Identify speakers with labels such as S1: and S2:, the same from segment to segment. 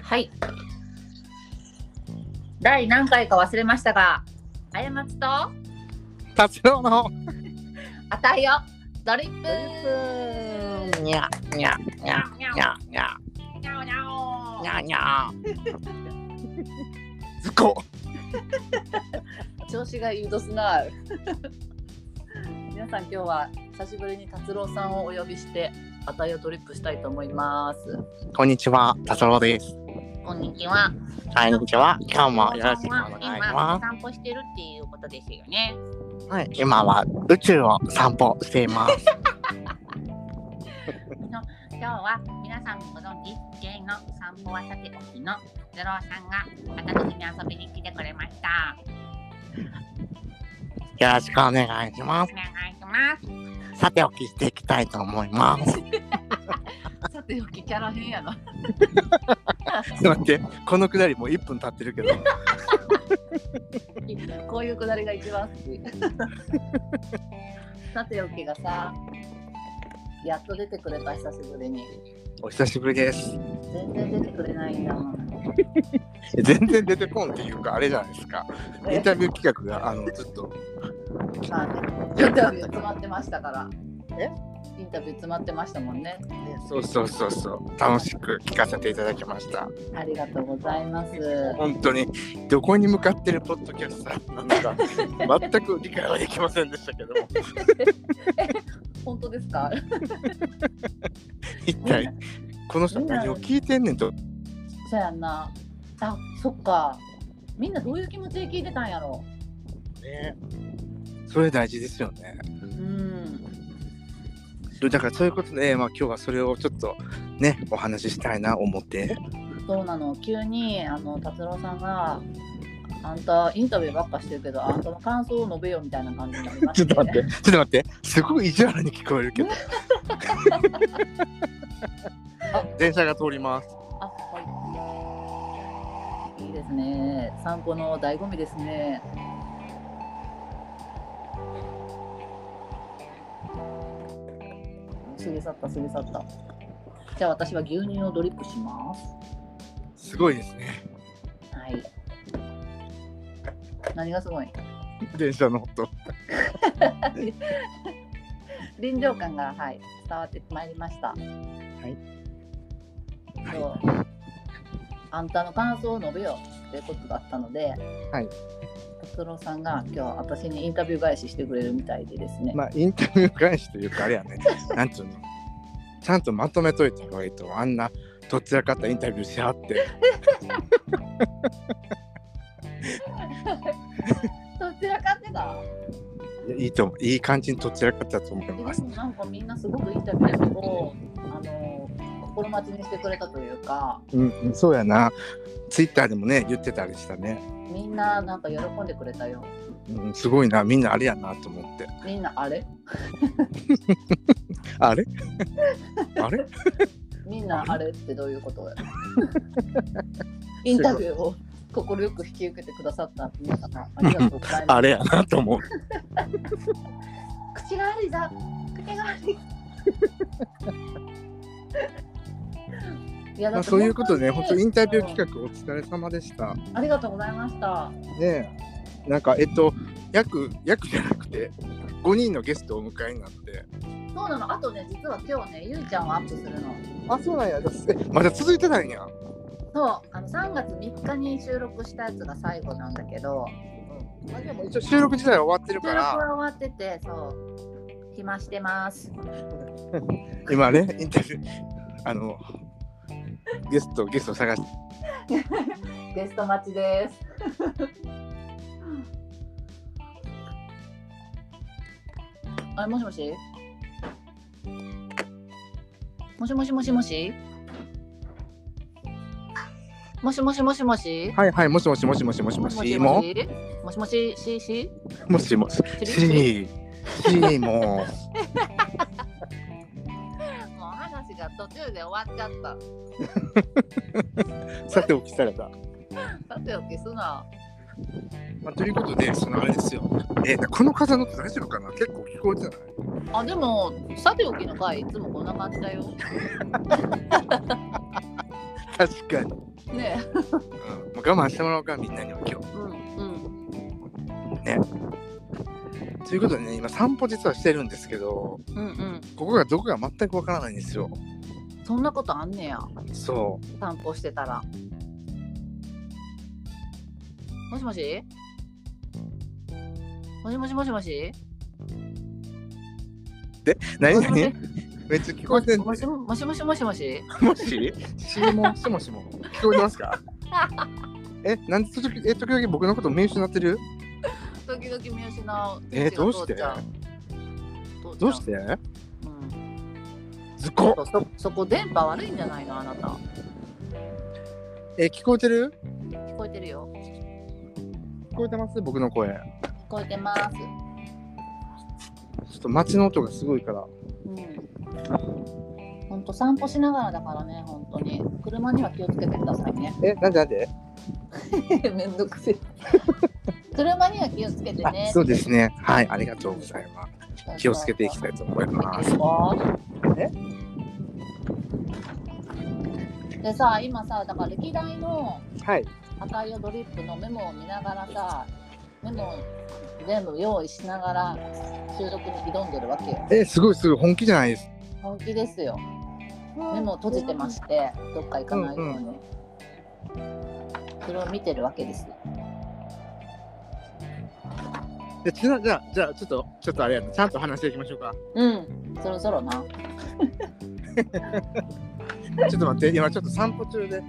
S1: はい。第何回か忘れましたが、あやまつと、あ
S2: 達郎の
S1: たいよ、ドリップ
S2: にゃにゃにゃ
S1: にゃ
S2: にゃにゃ
S1: にゃおにゃお
S2: にゃにゃずっこ
S1: 調子がいいどすな 皆さん今日は久しぶりに達郎さんをお呼びしてあたいをドリップしたいと思います
S2: こんにちは達郎です
S1: こんにちは
S2: はいこんにちは今日もよろしくお願いし
S1: 今お
S2: ま
S1: 散歩してるっていうことですよね
S2: すはい今は宇宙を散歩しています
S1: 今日は皆さんご存知 J の散歩はさておきのゼロさんが私に遊びに来てくれました
S2: よろしくお願いしま
S1: お願いします
S2: さておきしていきたいと思います
S1: すさておきキャラ変やな
S2: ちょっと待ってこのくだりもう1分経ってるけど
S1: こういうくだりが一番好 き。さておきがさ、やっと出てくれた久しぶりに。
S2: お久しぶりです
S1: 全然出てくれないんだもん。
S2: 全然出てこんっていうかあれじゃないですかインタビュー企画があのずっと
S1: まあね、インタビュー詰まってましたから。
S2: え
S1: インタビュー詰まってましたもんね。
S2: そうそうそうそう楽しく聞かせていただきました
S1: ありがとうございます。
S2: 本当にどこに向かってるポッドキャスターなのか全く理解はできませんでしたけども
S1: 本当ですか
S2: 一体この人何を聞いてんねんと
S1: そやんな。あ、そっか。みんなどういう気持ちで聞いてたんやろ
S2: ねそれ大事ですよね
S1: う。うん。
S2: だからそういうことで、まあ、今日はそれをちょっとねお話ししたいな思って
S1: そうなの急にあの達郎さんが「あんたインタビューばっかしてるけどあんたの感想を述べよ」みたいな感じになりま
S2: ち
S1: し
S2: ょっと
S1: た
S2: 待ってちょっと待ってすごい意地悪に聞こえるけど あ電車が通ります
S1: あはいいいですね散歩の醍醐味ですね過ぎ去った過ぎ去ったじゃあ私は牛乳をドリップします
S2: すごいですね
S1: はい何がすごい
S2: 電車の音
S1: 臨場感がはい伝わってまいりました
S2: は
S1: そうあんたの感想を述べよってことだったので、
S2: はい、
S1: 達郎さんが今日私にインタビュー返ししてくれるみたいでです ね、
S2: まあインタビュー返しというかあれやねなんつうのちゃんとまとめといた方がいいとあんなとっちらかったインタビューしはって
S1: どちらかってた
S2: いやいいと思ういい感じにとっちらかったと思い
S1: で
S2: ます
S1: もなんかみんなすごくインタビューをあの心待ちにしてくれたというか
S2: うんうんそうやなツイッターでもね言ってたりしたね、
S1: みんななんか喜んでくれたよ
S2: うん、すごいなみんなあれやなと思って
S1: みんなあれ
S2: あれ あれ
S1: みんなあれってどういうことだインタビューを快く引き受けてくださった皆様ありがとうございます
S2: あれやなと 思う
S1: 口が悪いぞ口が悪いいや
S2: まあ、そういうことで、ね、本当インタビュー
S1: 画
S2: 企画お疲れ様でした
S1: ありがとうございました
S2: ねえなんかえっと約約じゃなくて5人のゲストをお迎えになって
S1: そうなのあとね実は今日ねゆいちゃんをアップするの
S2: あそうなんやえ まだ続いてないんや
S1: そうあの3月3日に収録したやつが最後なんだけど
S2: まあでも一応収録自体は終わってる
S1: 収
S2: か
S1: 録
S2: ら
S1: は終わっててそう暇してます
S2: 今ねインタビューあのゲストゲスト探して
S1: ゲスト待ちです。 あれもしもし。もしもしもしもし。もしもしもしもし。
S2: はいはいもしもしもしもしもしもしも
S1: し。もしもししし。
S2: もしもし
S1: し
S2: ししも
S1: もう話が途中で終わっちゃった。
S2: さておきされた、
S1: さておきすな。
S2: まあ、ということでそのあれですよえーこの風の音大丈夫かな結構聞こえてない
S1: あでもさておきの回いつもこんな感じだよ。
S2: 確かに
S1: ね
S2: うん、もう我慢してもらおうかみんなには今
S1: えうんうん
S2: 日ということでね今散歩実はしてるんですけど
S1: うんうん
S2: ここがどこか全くわからないんですよ
S1: そんなことあんねや
S2: そ
S1: 散歩してたらもしもしもしもしもしもし
S2: う 何
S1: もしもし
S2: 何めっちゃ聞こえてんの
S1: もしもしもしもしもし
S2: もししもしもしも聞こえてますか えなんで時々え時々僕のこと名刺になってる
S1: 時々見失う
S2: えーどうし
S1: 通
S2: て
S1: っちゃう、
S2: どうしてて
S1: うん、
S2: ず
S1: ち
S2: っ
S1: ょ
S2: こ
S1: っとそそこ電波悪いんじゃないのあなた
S2: え聞こえてる
S1: 聞こえてるよ
S2: 聞こえてます僕の声
S1: 聞こえてます
S2: ちょっと街の音がすごいから
S1: うんほんと散歩しながらだからね本当に車には気をつけてくださいね
S2: えなんでなんで、
S1: めんどくせえ 車には気をつけてね
S2: あそうですねはいありがとうございます気をつけていき
S1: い
S2: たいと思います
S1: でさ今さだから歴代の
S2: はい
S1: 赤いよドリップのメモを見ながらさメモを全部用意しながら収録に挑んでるわけよ
S2: えすごいすごい本気じゃないです
S1: 本気ですよメモを閉じてましてどっか行かないように、
S2: う
S1: それを見てるわけですよ
S2: でちなじゃあじゃあちょっとちょっとあれやなちゃんと話していきましょうか
S1: うんそろそろな
S2: ちょっと待って今ちょっと散歩中で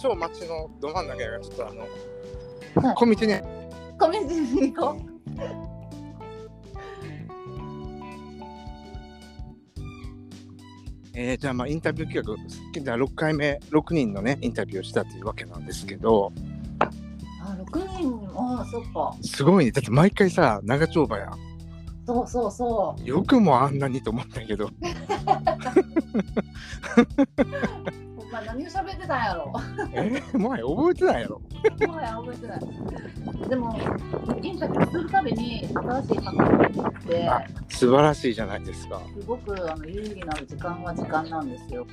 S2: 超街のど真ん中がちょっとあの
S1: はい
S2: 小道ね
S1: コメントに行こう
S2: えーじゃあまあインタビュー企画じゃあ6回目6人のねインタビューをしたというわけなんですけど
S1: あ6人ああそっか
S2: すごいねだって毎回さ長丁場やん
S1: そうそうそ
S2: よくもあんなにと思ったけど
S1: うほんま何を喋ってたんやろ
S2: えー、前覚えてないやろ
S1: もはや覚えてないでもインタビューするたびに新しい発見があって
S2: あ素晴らしいじゃないですか
S1: すごくあの有意義なる時間は時間なんですよ。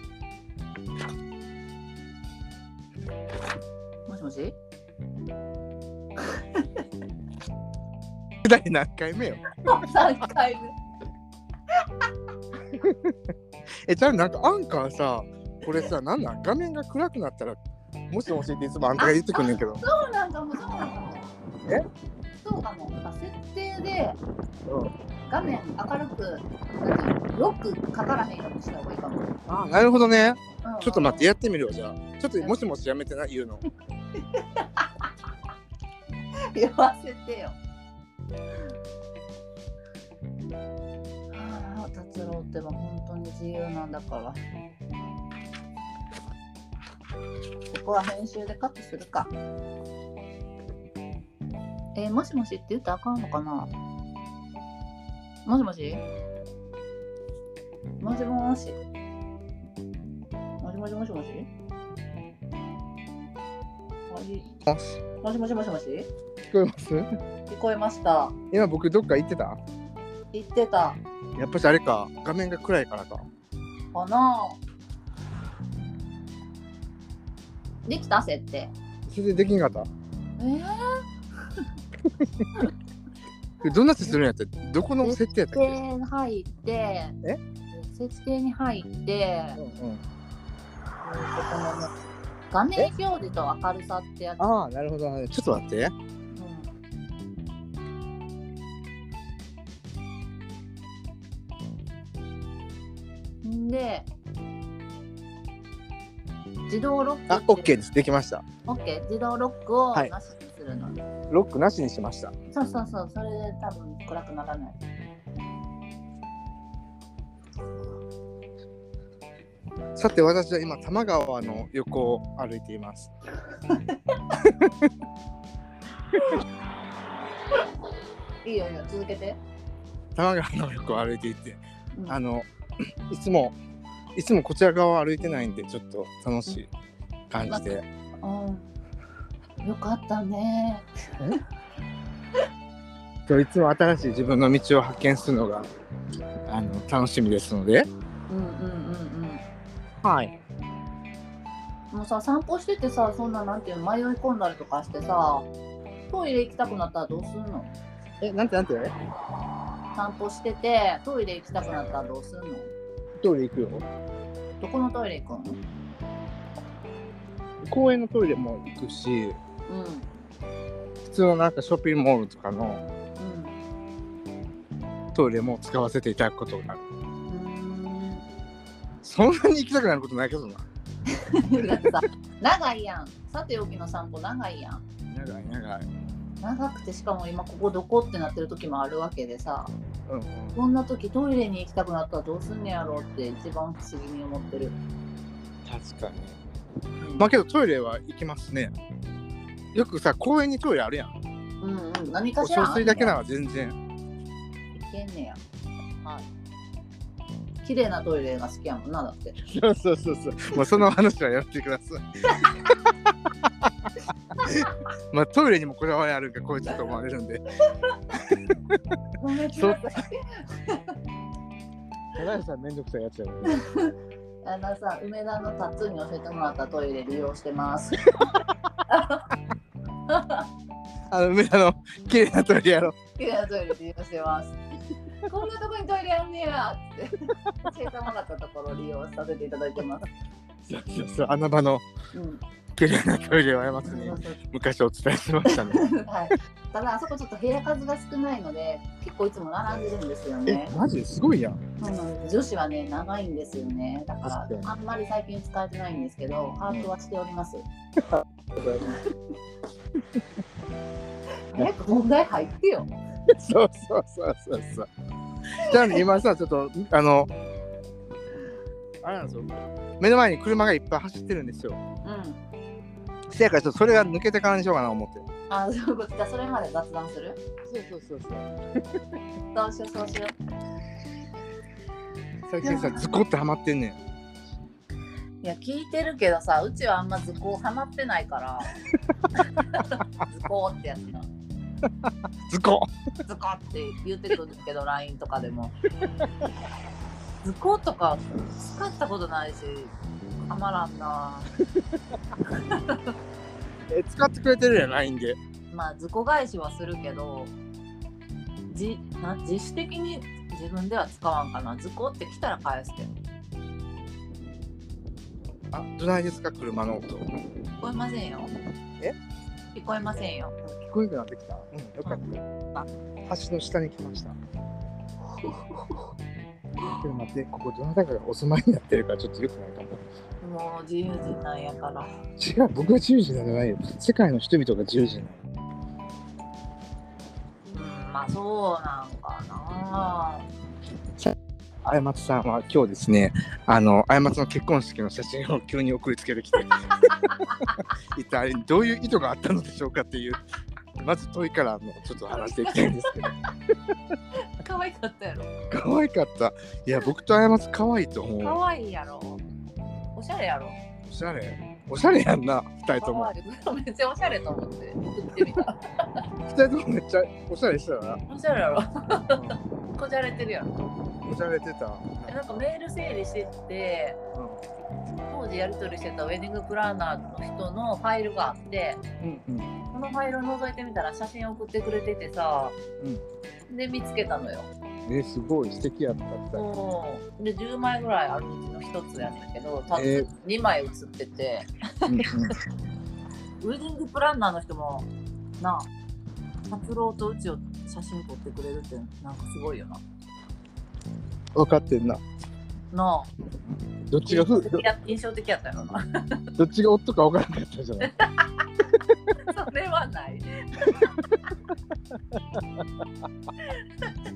S1: もしもし
S2: 第何回目よ
S1: ?3 回
S2: えじゃあなんかアンカーさこれさなんなん画面が暗くなったらもしもしっていつもあんたが言ってくんねんけど
S1: そうなんかも、そうなんかも。
S2: え
S1: そうかも。なんか設定で
S2: うん
S1: 画面明るく、なんていうのロックかからへんようにした方がいいかも。
S2: あなるほどね
S1: うん
S2: ちょっと待って、やってみるわじゃあちょっともしもしやめてな言うの
S1: 言わせてよ。ああ、達郎ってば本当に自由なんだから。ここは編集でカットするか。えーもしもしって言ったらあかんのかなもしもしもしもしもしもしもしもしもしもしもしもしもし
S2: 聞こえます
S1: 聞こえました。
S2: 今僕どっか行ってた
S1: 言ってた
S2: やっぱしあれか画面が暗いからか
S1: かな。できた設定。
S2: 全然できんかった
S1: えー、
S2: でどんな設定するんやったどこの設定やったっ
S1: 設
S2: け、
S1: 定に入って。設定に入って。
S2: うんうん、
S1: 画面表示と明るさってやつ。
S2: ああなるほど、ね、ちょっと待って
S1: うんんで自動ロック
S2: あオッケーですできました
S1: オッケー自動ロックを
S2: はい
S1: なしにするの、
S2: ロックなしにしました
S1: そうそうそう、それで多分暗くならない。
S2: さて私は今多摩川の横を歩いています
S1: いいよいいよ、続けて。
S2: 多摩川の横を歩いていて
S1: うん
S2: あのいつもいつもこちら側を歩いてないんでちょっと楽しい感じで
S1: うん、よかったね。
S2: 今日いつも新しい自分の道を発見するのがあの楽しみですので
S1: うんうんうんうん。
S2: はい
S1: もうさ散歩しててさそんななんていうの迷い込んだりとかしてさトイレ行きたくなったらどうすんの
S2: え、なんてなんて
S1: 散歩しててトイレ行きたくなったらどうすんの
S2: トイレ行くよ。
S1: どこのトイレ行くの
S2: 公園のトイレも行くし、
S1: うん
S2: 普通のなんかショッピングモールとかのトイレも使わせていただくことになる。
S1: うん
S2: そんなに行きたくなることないけどな。
S1: うんだってさ 長いやんさておきの散歩長いやん
S2: 長い長い。
S1: 長くてしかも今ここどこってなってる時もあるわけでさ
S2: うん、
S1: こんな時トイレに行きたくなったらどうすんねやろうって一番不思議に思ってる、
S2: 確かに。
S1: うん
S2: まあけどトイレは行きますね。よくさ、公園にトイレあるやん。
S1: うんうん何か
S2: お
S1: しら
S2: 小水だけな
S1: の
S2: ら全然。
S1: いけんねやはい綺麗なトイレが好きやもんなだって
S2: そうそうそうそう。もうその話はやってください。 まあトイレにもこだわりあるんかこいつと思われるんで。
S1: ごめん
S2: そう
S1: なさい
S2: 高橋さんめんどくさいやつやね。
S1: あのさ梅田のタッツーに教えてもらったトイレ利用してます
S2: あの梅田の綺麗なトイレやろ。
S1: 綺麗なトイレ利用してます。 こんなとこにトイレあんねやって教えてもらったところを利用させていただいてます。
S2: そうそうそう。穴場の
S1: うん。
S2: 綺麗なトイレをやますね。昔お伝えしましたね。
S1: はい。ただあそこちょっと部屋数が少ないので結構いつも並んでるんですよ
S2: え
S1: ね。、
S2: マジですごいやん。
S1: うん、女子はね長いんですよね。だか
S2: 確
S1: らあんまり最近使えてないんですけど把握はしており ます。早く問題入ってよ。
S2: そうそうそうそうそう。じゃあね今さちょっとあのあれなんですよ。目の前に車がいっぱい走ってるんですよ。
S1: うん。
S2: せやからちょっとそれが抜けてからにしようかな思って。
S1: あ、そういうことか。それまで雑談する。
S2: そうそうそうそう。
S1: どうしようそうしよう。
S2: 最近さズコってハマってんねん。
S1: いや聞いてるけどさうちはあんま図工ハマってないから 図工ってやつな
S2: ズコ。
S1: 図工って言ってくるけど LINE とかでも図工とか使ったことないしハマらんな
S2: え使ってくれてるやん LINE で。
S1: まあ図工返しはするけどじな自主的に自分では使わんかな図工って来たら返すけど
S2: あどないですか車の音。聞
S1: 聞こえませんよ
S2: え
S1: 聞こえませんよ
S2: こえなくなってきた。うんよかった。あ橋の下に来ました。ちょっと待ってここどなたかがお住まいになってるからちょっとよくないかも。
S1: もう自由人なんやから
S2: 違う僕が自由人なんじゃないよ世界の人々が自由人なの
S1: うんまあそうなんかな
S2: あやまつさんは今日ですねあのあやまつの結婚式の写真を急に送りつけて きて一体どういう意図があったのでしょうかっていうまず問いからのちょっと話していきたいんですけど
S1: 可愛かったやろ
S2: 可愛かったいや僕とあやまつ可愛いと思う
S1: 可愛いやろおしゃれやろ
S2: おしゃれおしゃれやんな二人と
S1: 可
S2: も
S1: 愛い めっちゃおしゃれと思って送ってみた
S2: 二人ともめっちゃおしゃれして たな、
S1: おしゃれやろこじゃれてるやろ
S2: おしゃれてた
S1: えなんかメール整理してって当時やり取りしてたウェディングプランナーの人のファイルがあって
S2: うんうん
S1: このファイルを覗いてみたら写真送ってくれててさ、で見つけたのよ
S2: えすごい素敵やった二人
S1: そうで10枚ぐらいあるうちの1つやねんけど多
S2: え
S1: 分2枚写ってて、
S2: うんうん
S1: ウェディングプランナーの人もなあ達郎とうちを写真撮ってくれるってなんかすごいよな
S2: 分かってんな
S1: なあ
S2: どっちが
S1: 印象
S2: 夫
S1: 的や印象的やったよな
S2: どっちが夫か分からなかったじゃない。
S1: それはない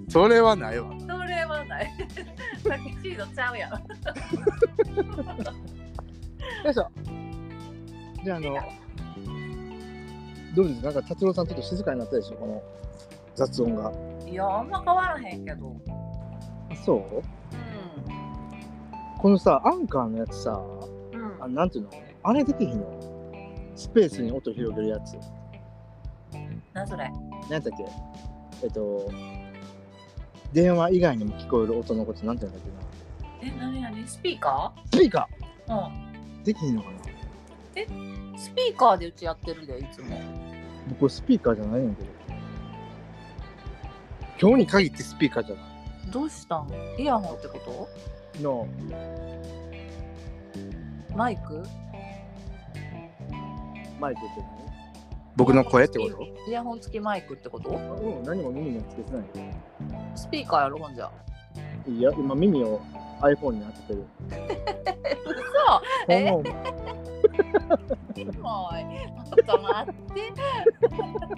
S2: それはないわ。
S1: それはないタキシードちゃうやん
S2: よいしょ。じゃあ、あの、どうですなんか達郎さんちょっと静かになったでしょ、この雑音が。
S1: いやあんま変わらへんけど
S2: そう
S1: う
S2: このさ、アンカーのやつさ、
S1: んうん
S2: あなんていうのあれできひんのスペースに音広げるやつ。
S1: 何それ
S2: なんだっけえっと、電話以外にも聞こえる音のことなんていうんだっけ
S1: え
S2: な。
S1: 何何スピーカ
S2: スピーカ
S1: ーうん
S2: ーできひんのかな
S1: スピーカーでうちやってるでいつも
S2: 僕スピーカーじゃないんだけど。今日に限ってスピーカーじゃない。
S1: どうしたんイヤホンってこ
S2: の、
S1: とマイク
S2: マイクって僕の声ってこと
S1: イヤホン付きマイクってこと
S2: うん、何も耳にはつけてな
S1: スピーカーやろほんじゃ
S2: い。いや、今耳を iPhone に当ててる。
S1: え
S2: ほんま
S1: キモいちょっと待って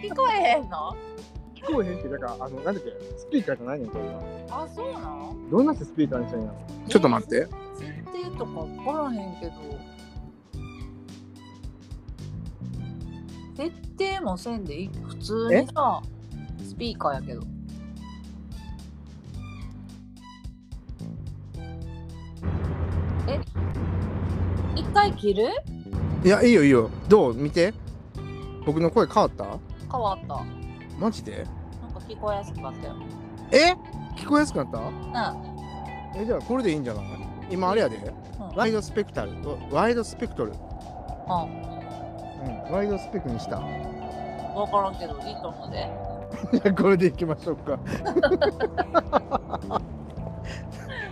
S1: 聞こえへんの
S2: 聞こえへんって、だから、あの、なんだっけ、スピーカーじゃないねん、これは。
S1: あそうなん
S2: どうなってスピーカーにしたんやちょっと待って。
S1: 設定とか分からへんけど設定もせんでいい普通にさスピーカーやけどえ一回切る
S2: いや、いいよいいよ。どう見て。僕の声変わった
S1: 変わったなん
S2: マジで
S1: か聞こえやすくなったよ
S2: え聞こえやすくなった
S1: う
S2: え、じゃあこれでいいんじゃない今あれやで。
S1: ん
S2: ワイドスペクタル。ワイドスペクトル。うん。
S1: うん
S2: ワイドスペクにした。
S1: 分からんけどいいと思うで
S2: じゃあこれでいきましょう か。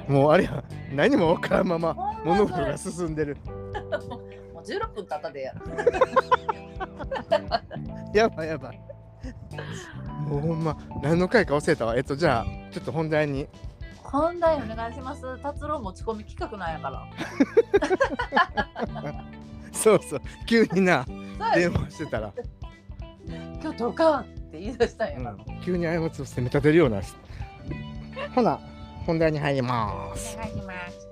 S2: もうあれや。何もわからんまま物事が進んでる。
S1: もう16分経ったで やる
S2: やばいやばい。もうほんま何の回か忘れたわ。えっとじゃあちょっと本題に。
S1: 本題お願いします達郎持ち込み企画なんやから
S2: そうそう。急にな
S1: そうや
S2: 電話してたら。
S1: 今日どうかって言い出したんやから、
S2: 急に過ちを責め立てるようなほな本題に入ります
S1: お願いします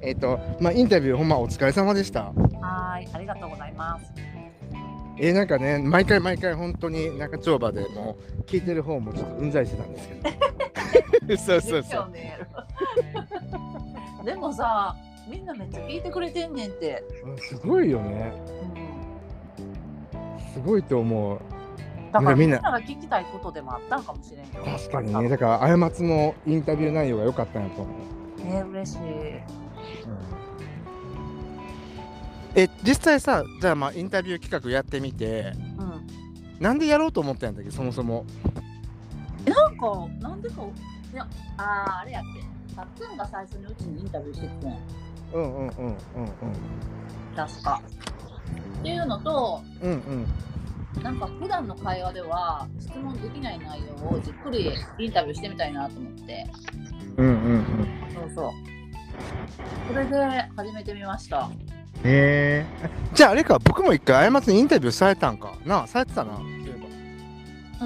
S2: えっ、とまあインタビューほんまお疲れ様でした
S1: はーいありがとうございます
S2: えーなんかね毎回毎回本当に中丁場でもう聞いてる方もちょっとうんざりしてたんですけど そうそう
S1: です
S2: そ
S1: よ
S2: う
S1: ね でもさみんなめっちゃ聞いてくれてんねんって、
S2: うんすごいよね
S1: うん、
S2: すごいと思う
S1: だから
S2: み
S1: み
S2: ん
S1: ん
S2: な
S1: なが聞きたいことでもあったんかもしれんよ
S2: 確かにねだから過ちのインタビュー内容が良かったんやと思う、
S1: ね嬉しい
S2: え実際さじゃあまあインタビュー企画やってみて
S1: うん
S2: なんでやろうと思ったんだっけそもそも
S1: なんかなんでかいやあーあれやっけたっつんが最初にうちにインタビューしてきてん
S2: うんうんうんうんうん
S1: 確か。っていうのと、
S2: うんうん
S1: なんか普段の会話では質問できない内容をじっくりインタビューしてみたいなと思って。
S2: うんうんうん
S1: そうそう。それで始めてみました。
S2: へえじゃああれか僕も一回過ちにインタビューされたんかなあされてたな
S1: う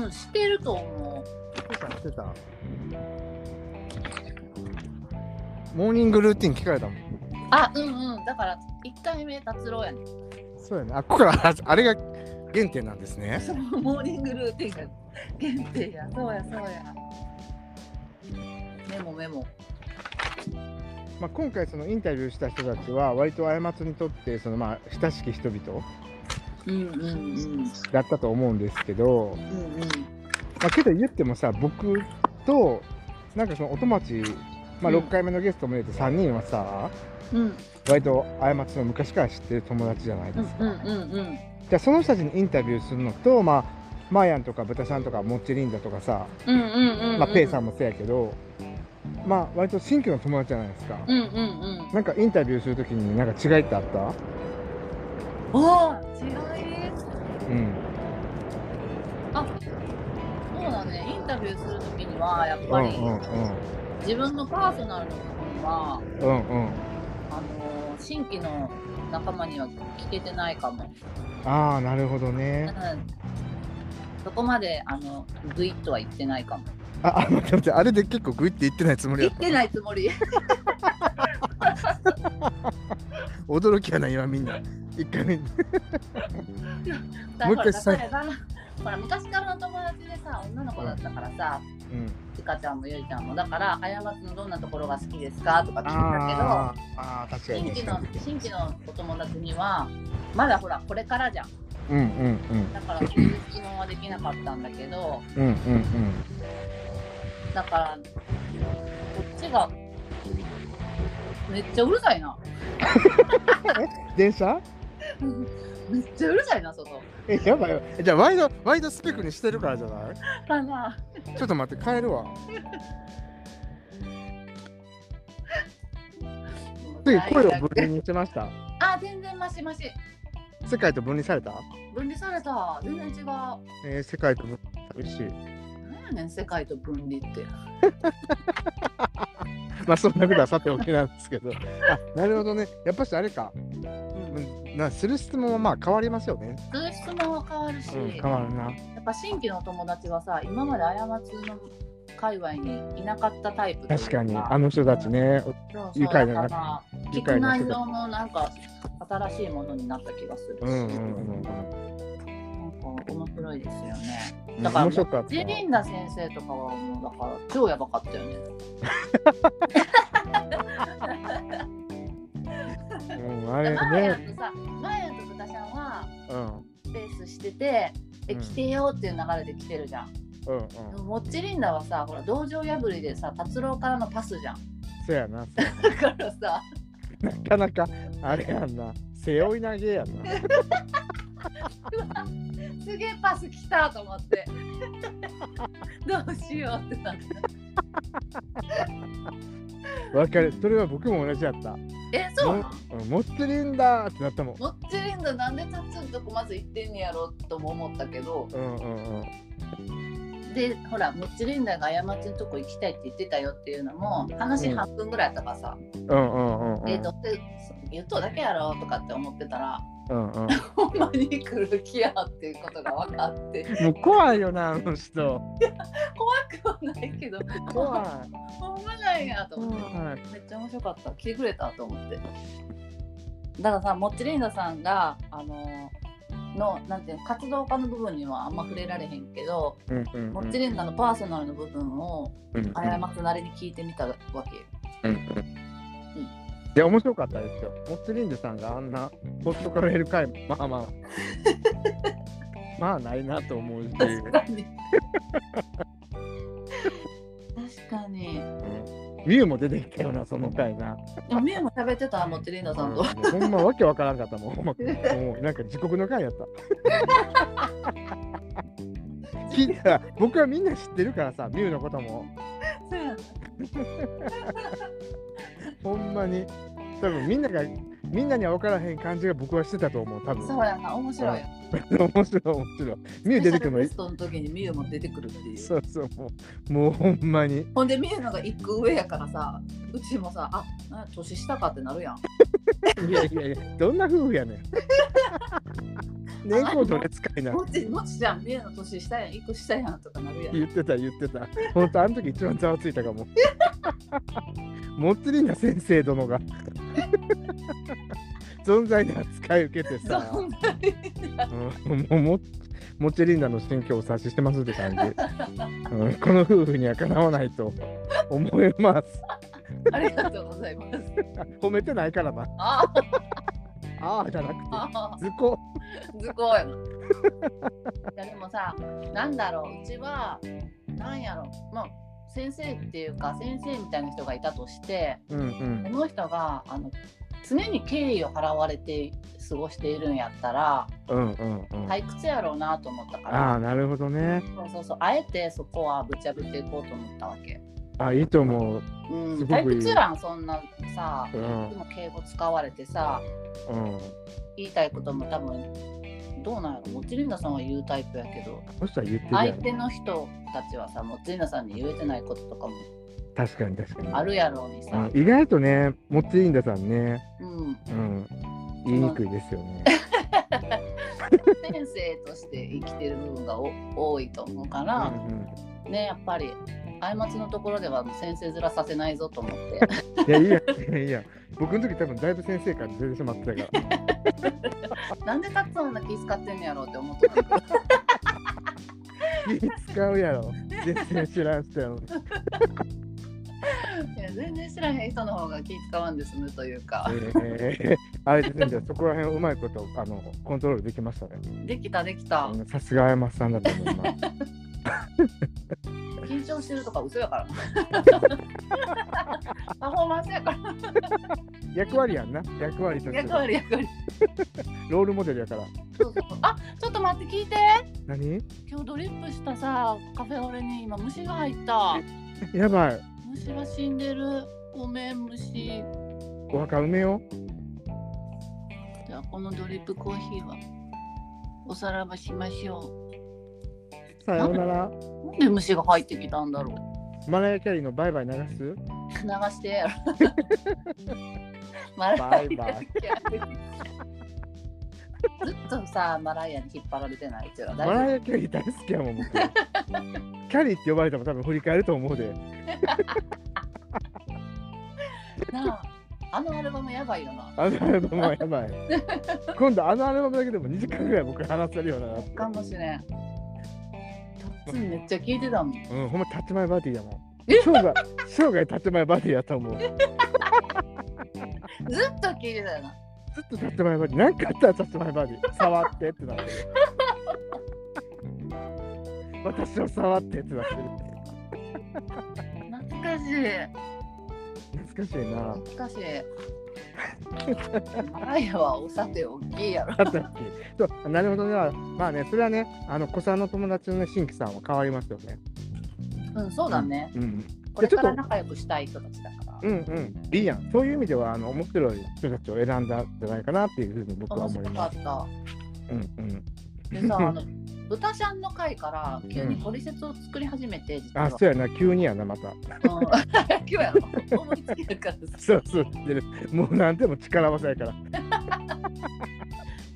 S1: ん、知ってると思
S2: してたモーニングルーティン聞かれたもん
S1: う。あ、うんうん。だから1回目達郎やね。
S2: そうやねあここからあれが原点なんですね
S1: そのモーニングルーティンが限定や。そうやそうや。メモメモ。
S2: まあ、今回そのインタビューした人たちは割と過ちにとってそのまあ親しき人々
S1: うんうんうん。
S2: だったと思うんですけ
S1: う
S2: ど、
S1: んうん。
S2: まあ、けど言ってもさ僕となんかそのお友達、まあ、
S1: うん
S2: 6回目のゲストも入れて3人はさ、
S1: うん
S2: 割と過ちの昔から知ってる友達じゃないです
S1: う
S2: か、
S1: んうんうん。
S2: じゃあその人たちにインタビューするのとまあマーヤンとかブタさんとかモッチェリンダとかさ、
S1: うんうんうんうん。
S2: まあ、ペイさん
S1: も。
S2: もそうやけど、まあ割と新旧の友達じゃないですか、
S1: うんうんうん。
S2: なんかインタビューするときになんか違いってあった
S1: おー違いです
S2: うん
S1: あそうだねインタビューするときにはやっ
S2: うんう
S1: ぱり
S2: ん
S1: 自分のパーソナルの部分は
S2: うんうんうん
S1: あのー新規の仲間には聞けてないかも、
S2: ああなるほど
S1: う
S2: ね
S1: ん、そこまであのグイッとは言ってないかも
S2: ああ待って待ってあれで結構グイって言ってないつ もり
S1: 言
S2: や
S1: ってないつもり
S2: 驚きやな今みんな一回目にもう一回さ
S1: だから例えばほら昔からの友達でさ女の子だったからさ
S2: うん
S1: ちかちゃんもゆいちゃんもだから「過ちのどんなところが好きですか?」とか聞いたけど
S2: あーあー確か
S1: 新
S2: に
S1: 規
S2: 確
S1: の
S2: かに
S1: 新規のお友達にはまだほらこれからじゃん
S2: うんうんうん
S1: だからそういう質問はできなかったんだけど
S2: うんうんうん
S1: だからこっちがめっちゃうるさいな
S2: 電車
S1: めっちゃうるさいな、外。
S2: えやばいよ。じゃあ、ワイド、ワイドスペックにしてるからじゃない
S1: かな。
S2: ちょっと待って、帰るわ。つい声を分離にしてました。
S1: あ、全然マシマシ。
S2: 世界と分離された
S1: 分離された。全然違う。な
S2: えー、世界と分離寂しい。
S1: んやねん、世界と分離って。
S2: まあ、そんなことはさておきなんですけど。あ、なるほどね。やっぱしあれか。うんなする質問はまあ変わりますよね。
S1: そういう質問は変わるし、
S2: うん、変
S1: や
S2: わるな。
S1: っぱ新規の友達はさ、今まで過ちの界隈にいなかったタイプという
S2: 確かに、あの人たちね。
S1: そうそう
S2: 愉快だな
S1: だから聞く内容もなんか新しいものになった気がするし、
S2: うんうんうん
S1: なんか面白いですよね。
S2: うん。
S1: だから
S2: 面白かった
S1: ジェ。リンダ先生とかはもうだから超やばかったよね。
S2: うん、あ
S1: マ
S2: れ
S1: ーヤ
S2: ね。
S1: とさ、マーヤと豚ちゃんは
S2: うん。
S1: スペースしてて、え
S2: うん
S1: 来てよっていう流れで来てるじゃん。
S2: うんうん。
S1: でももっちりんだはさ、ほら道場破りでさ、達郎からのパスじゃん。
S2: そうやな。
S1: だからさ、
S2: なかなか、あれやんな。背負い投げやな。
S1: すげえパス来たと思って。 どうしようってなって。
S2: わかる。それは僕も同じやった。
S1: え、そうなの
S2: うん持ってるんだーってなったもん。
S1: モッチリンダなんでタッツンとこまず行ってんねやろとも思ったけど
S2: うんうんうん。
S1: でほらモッチリンダが過ちのとこ行きたいって言ってたよっていうのも話半分ぐらいだからさ、
S2: うんうんうんうん。
S1: でどうせ言っとうだけやろとかって思ってたら
S2: うんうん。
S1: ほんまに来る気やっていうことが分かって
S2: もう怖いよな、あの人。
S1: 怖くはないけど
S2: 怖
S1: ほんまなんやと
S2: い。
S1: 思って
S2: はい。
S1: めっちゃ面白かった来てくれたと思ってだからさモッチリンダさんがあののなんていうの活動家の部分にはあんま触れられへんけど、
S2: うんうんうん。
S1: モッチリンダのパーソナルの部分を
S2: うんうん
S1: 過つなりに聞いてみたわけよ。
S2: うんうんで面白かったですよ。モッツリンジさんがあんなほっとかれる回もま あまあまあないなと思うっていう
S1: 確かに。確かに。
S2: ミュウも出てきたよなその回な。
S1: でもみゆも喋ってたモッチリンダさんと。
S2: うんほんまわけわからんかったもん。もうなんか自国の回やった。聞いたら僕はみんな知ってるからさミュウのこともほんまに多分みんながみんなには分からへん感じが僕はしてたと思う多分
S1: そうやな、面白いよ。
S2: 面白い面白いミュウ出てくるの
S1: スペシャルゲストの時にみゆも出てくるっていう。
S2: そうそうもうもうほんまに
S1: ほんでみゆのが一個上やからさ、うちもさ、あ、な年下かってなるやん。
S2: いやいやいやどんな夫婦やねん年功序列かいな
S1: もちもちじゃん、みゆの年下やん、一個下やんとかなるやん。
S2: 言ってた言ってたほんとあの時一番ざわつい たかもモッツリンナ先生殿が存在に扱い受けて
S1: そ
S2: さ、
S1: んなに
S2: うん、もうもモッツリンナの心境をお察ししてますって感じ、うん、この夫婦にはかなわないと思います
S1: ありがとうございます。
S2: 褒めてないからな
S1: あ
S2: ああじゃなくて
S1: あ。
S2: 図工
S1: 図工やな。いやでもさ、なんだろう、うちは、なんやろまあ、先生っていうか、先生みたいな人がいたとして、
S2: うんうん
S1: この人が、あの、常に敬意を払われて過ごしているんやったら
S2: うんうんうん、
S1: 退屈やろうなと思ったか
S2: あ
S1: ら
S2: あなるほどね
S1: そうそうそうあえてそこはぶち破っていこうと思ったわけ、
S2: あいいと思う
S1: うん、
S2: すご
S1: 退
S2: くいい
S1: 屈やんそんなさ、
S2: うん
S1: でも敬語使われてさ
S2: うん
S1: 言いたいことも多分どうなんやろモチリンダさんは言うタイプやけど
S2: そしたら言ってるや
S1: 相
S2: ん
S1: 手の人たちはさもうジェナさんに言えてないこととかも
S2: 確かに確かに
S1: あるやろうにさ、
S2: うん意外とねモッツリンダさんね、
S1: うん、
S2: うん、言いにくいですよ ね、
S1: 先生として生きてる部分がお多いと思うか
S2: う
S1: ら、
S2: ん
S1: ねやっぱり過ちのところでは先生面させないぞと思 って
S2: うん、いやいいやいやいや僕の時多分だいぶ先生から出てしまってたから
S1: なんでタッツンだ気使ってんのやろうって思ってたけど
S2: 気使うやろ全然知らん人やのに
S1: いや全然知らへん人の方が気使わんで済むというか
S2: えーあれですねじゃあそこら辺うまいことあのコントロールできましたね
S1: できたできた
S2: うんさすがあやまさんだと思います
S1: 緊張してるとか嘘や からなパフォーマンスやから
S2: 役割やんな役割として
S1: 役割役割
S2: ロールモデルやから。
S1: そうそうそうあちょっと待って聞いて
S2: 何
S1: 今日ドリップしたさカフェオレに今虫が入った
S2: やばい。
S1: 虫が死んでるごめん虫
S2: お墓埋めよ
S1: じゃあこのドリップコーヒーはおさらばしましょ
S2: う。さようなら。
S1: うなんで虫が入ってきたんだろう
S2: マライア・キャリーのバイバイ流す
S1: 流して。 マ
S2: バイバイ。
S1: ずっとさ、マライアに引っ張られてない。うちら
S2: マ
S1: 大
S2: ラ
S1: 丈
S2: イア・キャリー大好きやもん、僕。 キャリーって呼ばれても多分振り返ると思うで。
S1: 夫なあ。あのアルバムやばいよな。
S2: あのアルバムはやばい。今度あのアルバムだけでも2時間ぐらい僕話せるようになって。
S1: かもしれん。タッツンめっちゃ聞いてたもん。
S2: うん、ほんま立ち前バーティーやもん。生涯、生涯立ち前バーティーやと思う。ずっ
S1: ずっと聞いてたよな。
S2: と立ち前バーティー。なんかあったら立ち前バーティー。触ってってなってる。私を触ってってなってる。
S1: 懐かしい。
S2: 懐かしいな。
S1: 懐か しい。マライアはおさて大きいやろ。
S2: あったっけそうなるほどね。まあね、それはね、あの、子さんの友達のね、新規さんは変わりますよね。
S1: うん、そうだね。
S2: うん。
S1: これから仲良くしたい人たちだから。
S2: うんうん。いいやん。そういう意味では、あの、面白い人たちを選んだんじゃないかなっていうふうに僕は
S1: 面
S2: 思い
S1: 白か
S2: ま
S1: っ
S2: す。
S1: た。
S2: うんうん。
S1: でさ、あの、豚ちゃんの会から急にトリセツを作り始めて、実は。
S2: あ、そうやな。急にやな、また。
S1: う ん 今日やろ。思いつきだからさ
S2: そうそう。でねもうなんでも力技やから。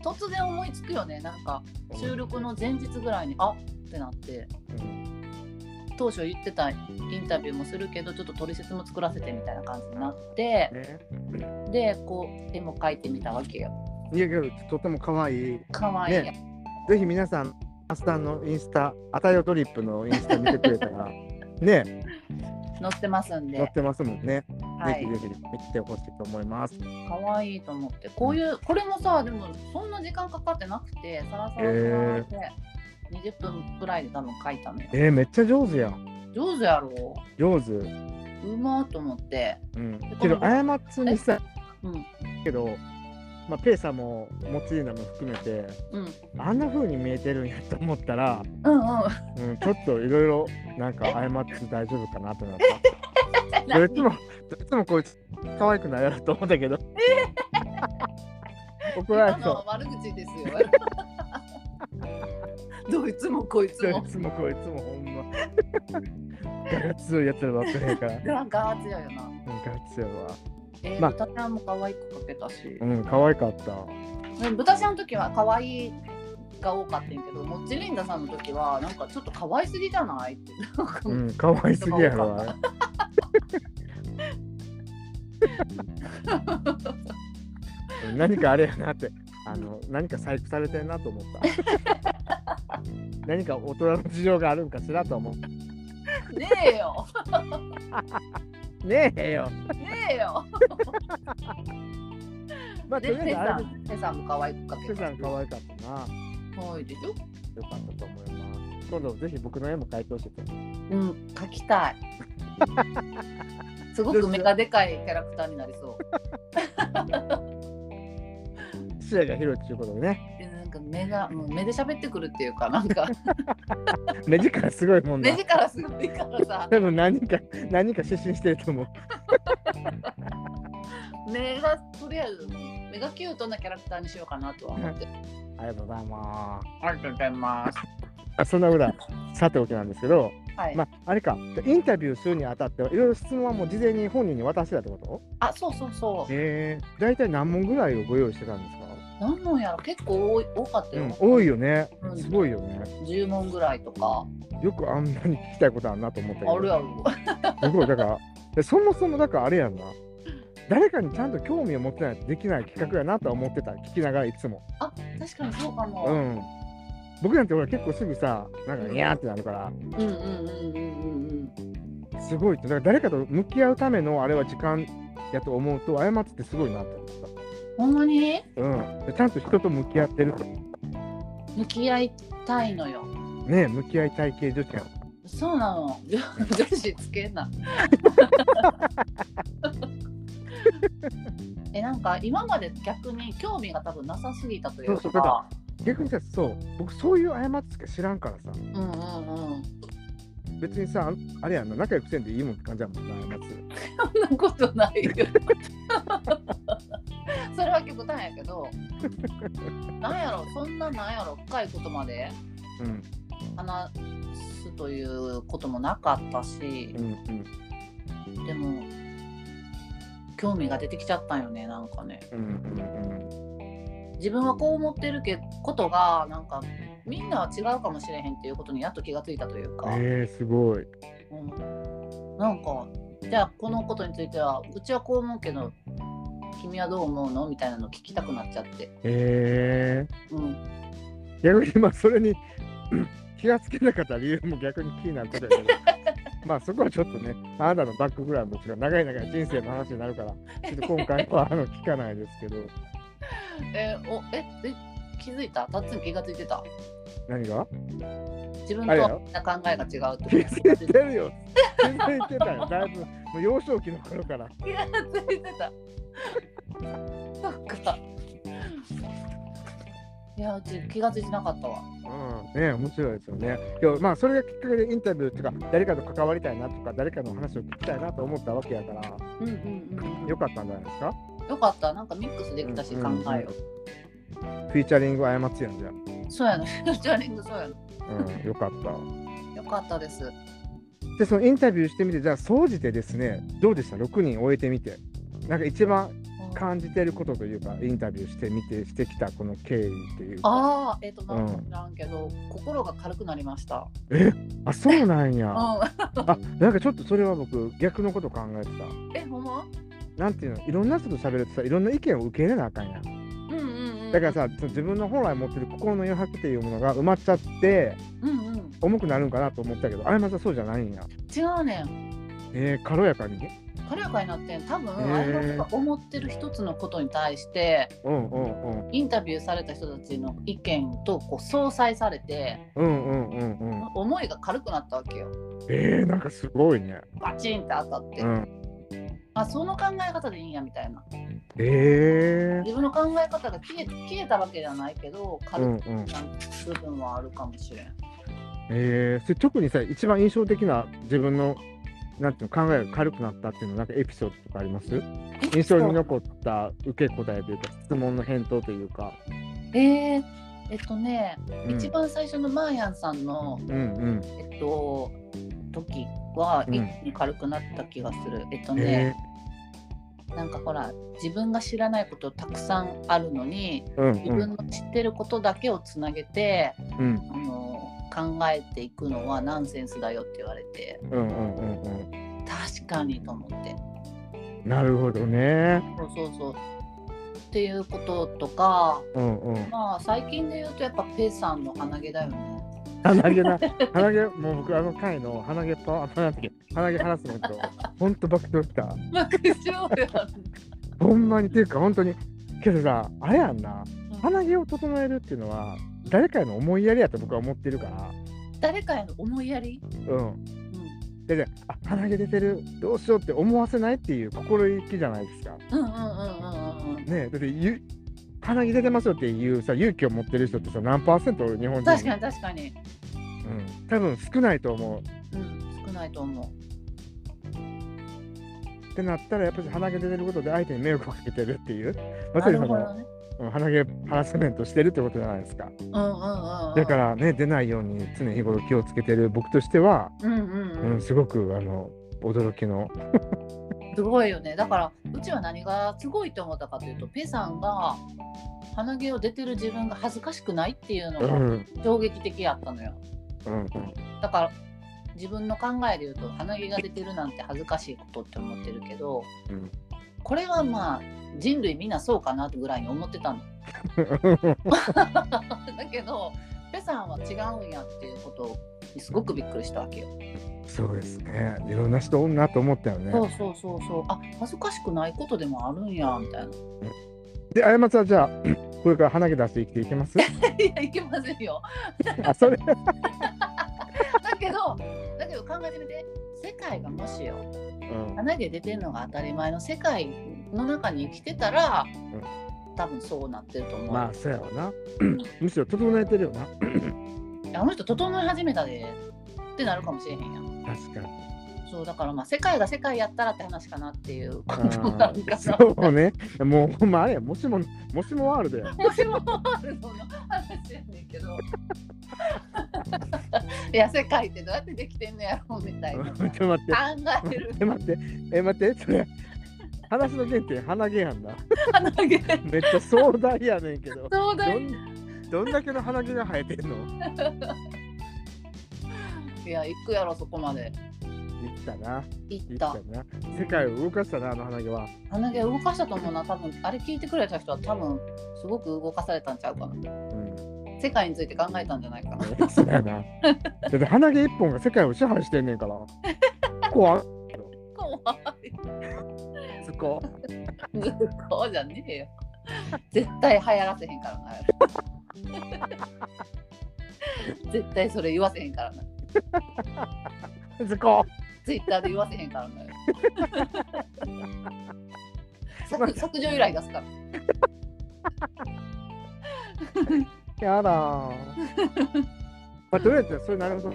S1: 突然思いつくよね。なんか収録の前日ぐらいに、あってなって、
S2: うん
S1: 当初言ってたインタビューもするけど、ちょっとトリセツも作らせてみたいな感じになって、
S2: ね、
S1: で、こう、絵も描いてみたわけよ。
S2: いやけど、とても可愛い。
S1: かわいいやん。
S2: ぜひ皆さん、マスターのインスタ、あたよドリップのインスタ見てくれた ら、ね、
S1: 載ってますん
S2: 載
S1: で
S2: っ、てますもんね。
S1: は
S2: ぜ
S1: い
S2: ひ。ぜひ見てほしいと思います。
S1: かわいいと思って、こういう、これもさ、でもそんな時間かかってなくて、さらさらさらって、20分くらいで多分描いたのよ。
S2: えー、めっちゃ上手やん。
S1: 上手やろ
S2: 上手。
S1: うまーと思って。
S2: うん。けど、あやまつにさ、
S1: うん。
S2: けど、まあ、ペーサーも、モチーナも含めて、
S1: うん。
S2: あんな風に見えてるんやと思ったら、
S1: うんうん。
S2: うん、ちょっといろいろ、なんか、あやまつ大丈夫かなと思った。どいつも、どいつもこいつ、可愛くないやろと思ったけ ど。怒ら
S1: 今
S2: れ
S1: のは
S2: そ
S1: 悪口ですよ。 どいつもこいつ
S2: う。ど
S1: も
S2: い。つもこいつもほんま。ガラツーやつらばっかりやから。うん
S1: ガー強いよな。
S2: ガラツーやわ。
S1: えー
S2: まあ
S1: 豚ちゃんも可愛くかけたし
S2: う。ん、可愛かった。
S1: で豚ちゃんの時は可愛いが多かったんやけど、モッチリンダさんの時はなんかちょっと可愛すぎじゃないって。 なんか
S2: うん、可愛すぎやろ。あれ うん何かあれやなって。あの、何か細工されてんなと思った。 何か大人の事情があるんかしらと思う。
S1: ねえよ。
S2: ねえよ。
S1: ねえよ。
S2: まあ、と
S1: で、
S2: り
S1: ペさ
S2: あえずあれ
S1: ん、ペさんも可愛くか
S2: で
S1: け
S2: す。ペさ
S1: た
S2: ん
S1: し。
S2: 可愛かったな。
S1: 可愛いでしょ。
S2: よかったと思います。今度ぜひ僕の絵も描いてほしいと思
S1: うん、描きた い。すごく目がでかいキャラクターになりそう。
S2: う。視野が広いっていうことでね。
S1: でなんか目が、うん、目で喋ってくるっていうかなん か
S2: 目力すごいもん
S1: 目
S2: な。
S1: 力すごいから さ
S2: 多分何か何か失神してると思う。
S1: 目がとりあえず目がキュートなキャラクターにしようかなとは思って
S2: ありがとうございます。
S1: ありがとうございます
S2: あそんな裏さておきなんですけど、
S1: はい、
S2: まああれかインタビューするにあたってはいろいろ質問はもう事前に本人に渡してたってこと？
S1: あそうそうそう
S2: ええ大体何問ぐらいをご用意してたんですか？
S1: 何問やろ結構多い多かったよ、
S2: うん、多いよね
S1: う。ん
S2: すごいよね。
S1: 10問ぐらいとか
S2: よくあんなに聞きたいことあんなと思ったけど。
S1: あるやろ
S2: すごいだからでそもそもだからあれやんな誰かにちゃんと興味を持ってないとできない企画やなとは思ってた聞きながらいつも
S1: あ 確かにそうか
S2: う
S1: も、
S2: ん僕なんてほら結構すぐさなんかニャーってなるか
S1: うん、うんうんうんうんうん
S2: らすごいってだから誰かと向き合うためのあれは時間やと思うと過ちってすごいなって思っ
S1: ほんまに
S2: た、うん、でちゃんと人と向き合ってると
S1: 向き合いたいのよ
S2: ね向き合い体系女子やん
S1: そうな の。女女子つけんな。 えなんか今まで逆に興味が多分なさすぎたというか
S2: そうそうだか逆にさそう僕そういう過ちしか知らんから
S1: う
S2: さ
S1: んうんうん
S2: 別にさあれやんな仲良くせんでいいもんって感じやもんな過ち
S1: そんなことないよそれは極端やけどなんやろそんななんやろ深いことまで
S2: うん
S1: 話すということもなかったし
S2: うんうん
S1: でも興味が出てきちゃったんよねなんかね
S2: うんうん
S1: 自分はこう思ってるけことがなんかみんなは違うかもしれへんっていうことにやっと気がついたというか、
S2: えー、すごい
S1: うん、なんかじゃあこのことについてはうちはこう思うけど君はどう思うのみたいなの聞きたくなっちゃって、
S2: え
S1: うん、
S2: ー、逆にまあそれに うん気がつけなかった理由も逆に気になってたけど まあそこはちょっとねあなたのバックグラウンドとか長い長い人生の話になるからちょっと今回はあの聞かないですけど
S1: えおええ気づいたタッツン気がついてた
S2: 何が
S1: 自分
S2: あれ
S1: とは
S2: やろ
S1: みんな考えが違うってこと
S2: 気
S1: 気が
S2: づ
S1: つ
S2: い
S1: い
S2: てるよ気づいてたよだいぶもう幼少期の頃から
S1: てた そっかいやうち気がついてなかったわ
S2: うんね面白いですよね。でもまあそれがきっかけでインタビューとか誰かと関わりたいなとか誰かの話を聞きたいなと思ったわけやから
S1: うんうんうんうん
S2: よかったんじゃないですか。
S1: よかったなんかミックスできたし考えを、
S2: フィーチャリング過ちやんじゃん。
S1: そうやな フューチャリングそうやな
S2: うん、よかった。
S1: よかったです
S2: でそのインタビューしてみてじゃあ総じてですねどうでした6人終えてみてなんか一番感じてることというかインタビューしてみてしてきたこの経緯っていうか
S1: ああえっ、となんか知らんけど、心が軽くなりました
S2: あそうなん
S1: う
S2: やあ
S1: ん
S2: なんかちょっとそれは僕逆のこと考えてた
S1: えほんま
S2: なんていうのいろんな人と喋るとさいろんな意見を受け入れなあかんやん
S1: うんうんうん
S2: だからさその自分の本来持ってる心の余白っていうものが埋まっちゃって
S1: うんうん
S2: 重くなるんかなと思ったけどあれまたそうじゃないんや
S1: 違うねん
S2: えー、軽やかに
S1: 軽やかになってん多分、
S2: へー
S1: あやまさんが思ってる一つのことに対して
S2: うんうんうん
S1: インタビューされた人たちの意見とこう相殺されて
S2: うんうんうんうん
S1: 思いが軽くなったわけよ
S2: えー、なんかすごいね
S1: バチンって当たって、
S2: うん
S1: あその考え方でいいんやみたいな
S2: えー、
S1: 自分の考え方が消え消えたわけではないけど
S2: うんう
S1: 軽く
S2: ん
S1: なる部分はあるかもしれん、
S2: えー、それ特にさ一番印象的な自分のなんていうの考えが軽くなったっていうのなんかエピソードとかあります印象に残った受け答えというか質問の返答というか、
S1: えー、えっとね、
S2: うん、
S1: 一番最初のマーヤンさんの、
S2: うんうん
S1: えっと、時は
S2: うん
S1: 一気に軽くなった気がする、えっと
S2: え
S1: ね、なんかほら自分が知らないことたくさんあるのに
S2: ー、うん
S1: 自
S2: うん
S1: 分の知ってることだけをつなげて、
S2: うん
S1: あの考えていくのはナンセンスだよって言われて
S2: うんうんうんうん
S1: 確かにと思って
S2: なるほどね。
S1: そうそうそうっていうこととか
S2: うんうん。
S1: まあ最近で言うとやっぱペイさんの鼻毛だよ ね
S2: 鼻毛な、鼻毛、もう僕あの回の鼻毛パワー、鼻毛、鼻毛ハラスメント、本当爆笑した。
S1: 爆笑やん
S2: ほんまに、っていうか本当に、けどさ、あれやんな、鼻毛を整えるっていうのは、誰かへの思いやりやと僕は思ってるから、
S1: 誰かへの思いやり、
S2: うん。
S1: う
S2: でで、あ、鼻毛出てる、どうしようって思わせないっていう心意気じゃないですか。
S1: ん、うんうんうんうんうん
S2: ねえ、だってゆ、鼻毛出てますよっていうさ、勇気を持ってる人ってさ、何パーセント日本人
S1: 確かに確かに、
S2: うん。多分少ないと思
S1: う
S2: う。
S1: ん、少ないと思
S2: ってなったらやっぱり鼻毛出てることで相手に迷惑をかけてるっていう
S1: う
S2: ま
S1: な
S2: さに
S1: る
S2: そ
S1: ほ
S2: の
S1: どね
S2: うん鼻毛ハラスメントしてるってことじゃないですか
S1: うんうんうん
S2: だからね出ないように常日頃気をつけてる僕としては、
S1: うんうん
S2: う
S1: うんん、
S2: すごくあの驚きの
S1: すごいよねだからうちは何がすごいと思ったかというとペさんが鼻毛を出てる自分が恥ずかしくないっていうの
S2: うん
S1: が
S2: うん
S1: 衝撃的やったのよ
S2: うん
S1: だから自分の考えで言うと鼻毛が出てるなんて恥ずかしいことって思ってるけど、
S2: うん
S1: これはまあ人類みんなそうかなぐらいに思ってたの だけどペさんは違うんやっていうことにすごくびっくりしたわけよ、
S2: そうですねいろんな人おんなと思ったよ
S1: そう
S2: ね
S1: そうそうそうあ恥ずかしくないことでもあるんやみたいな
S2: で過松はじゃあ これから鼻毛出して生きていけま す
S1: いやいけませんよ
S2: あそれ
S1: だけどだけど考えてみて世界がもしよ
S2: うん
S1: 花毛出てるのが当たり前の世界の中に生きてたら、多分そうなってると思う、
S2: まあそうやわな むしろ整えてるよな
S1: あの人整い始めたでってなるかもしれへんやん
S2: 確かに
S1: そうだからまあ世界が世界やったらって話かなっていうこ
S2: あ
S1: となんか
S2: ー
S1: な
S2: そうねもうほんまあれやもしももしもワールドや
S1: もしもあるのの話やねんけ どいや世界ってどうやってできてんのやろうみたいな
S2: ちょっと待って
S1: 考える
S2: え待ってえ待ってそれ話の原点鼻毛やんな
S1: 鼻毛
S2: めっちゃ壮大やねんけど
S1: そうだ
S2: ど
S1: よ
S2: んどんだけの鼻毛が生えてんの
S1: いや行くやろそこまで
S2: いったな
S1: 行
S2: い
S1: っ
S2: った
S1: た
S2: な世界を動かしたなあの鼻毛は
S1: 鼻毛動かしたと思うな多分あれ聞いてくれた人は多分すごく動かされたんちゃうかな
S2: うん
S1: 世界について考えたんじゃないかな
S2: えそうやなだって鼻毛一本が世界を支配してんねんから怖っ
S1: 怖い
S2: そこ
S1: ずっこうじゃねえよ絶対流行らせへんからな絶対それ言わせへんからな
S2: そこ
S1: ツイッターで言わせへんからな
S2: まあ
S1: 削削除依頼出すから
S2: やだーまあとりあえずそれなるほどい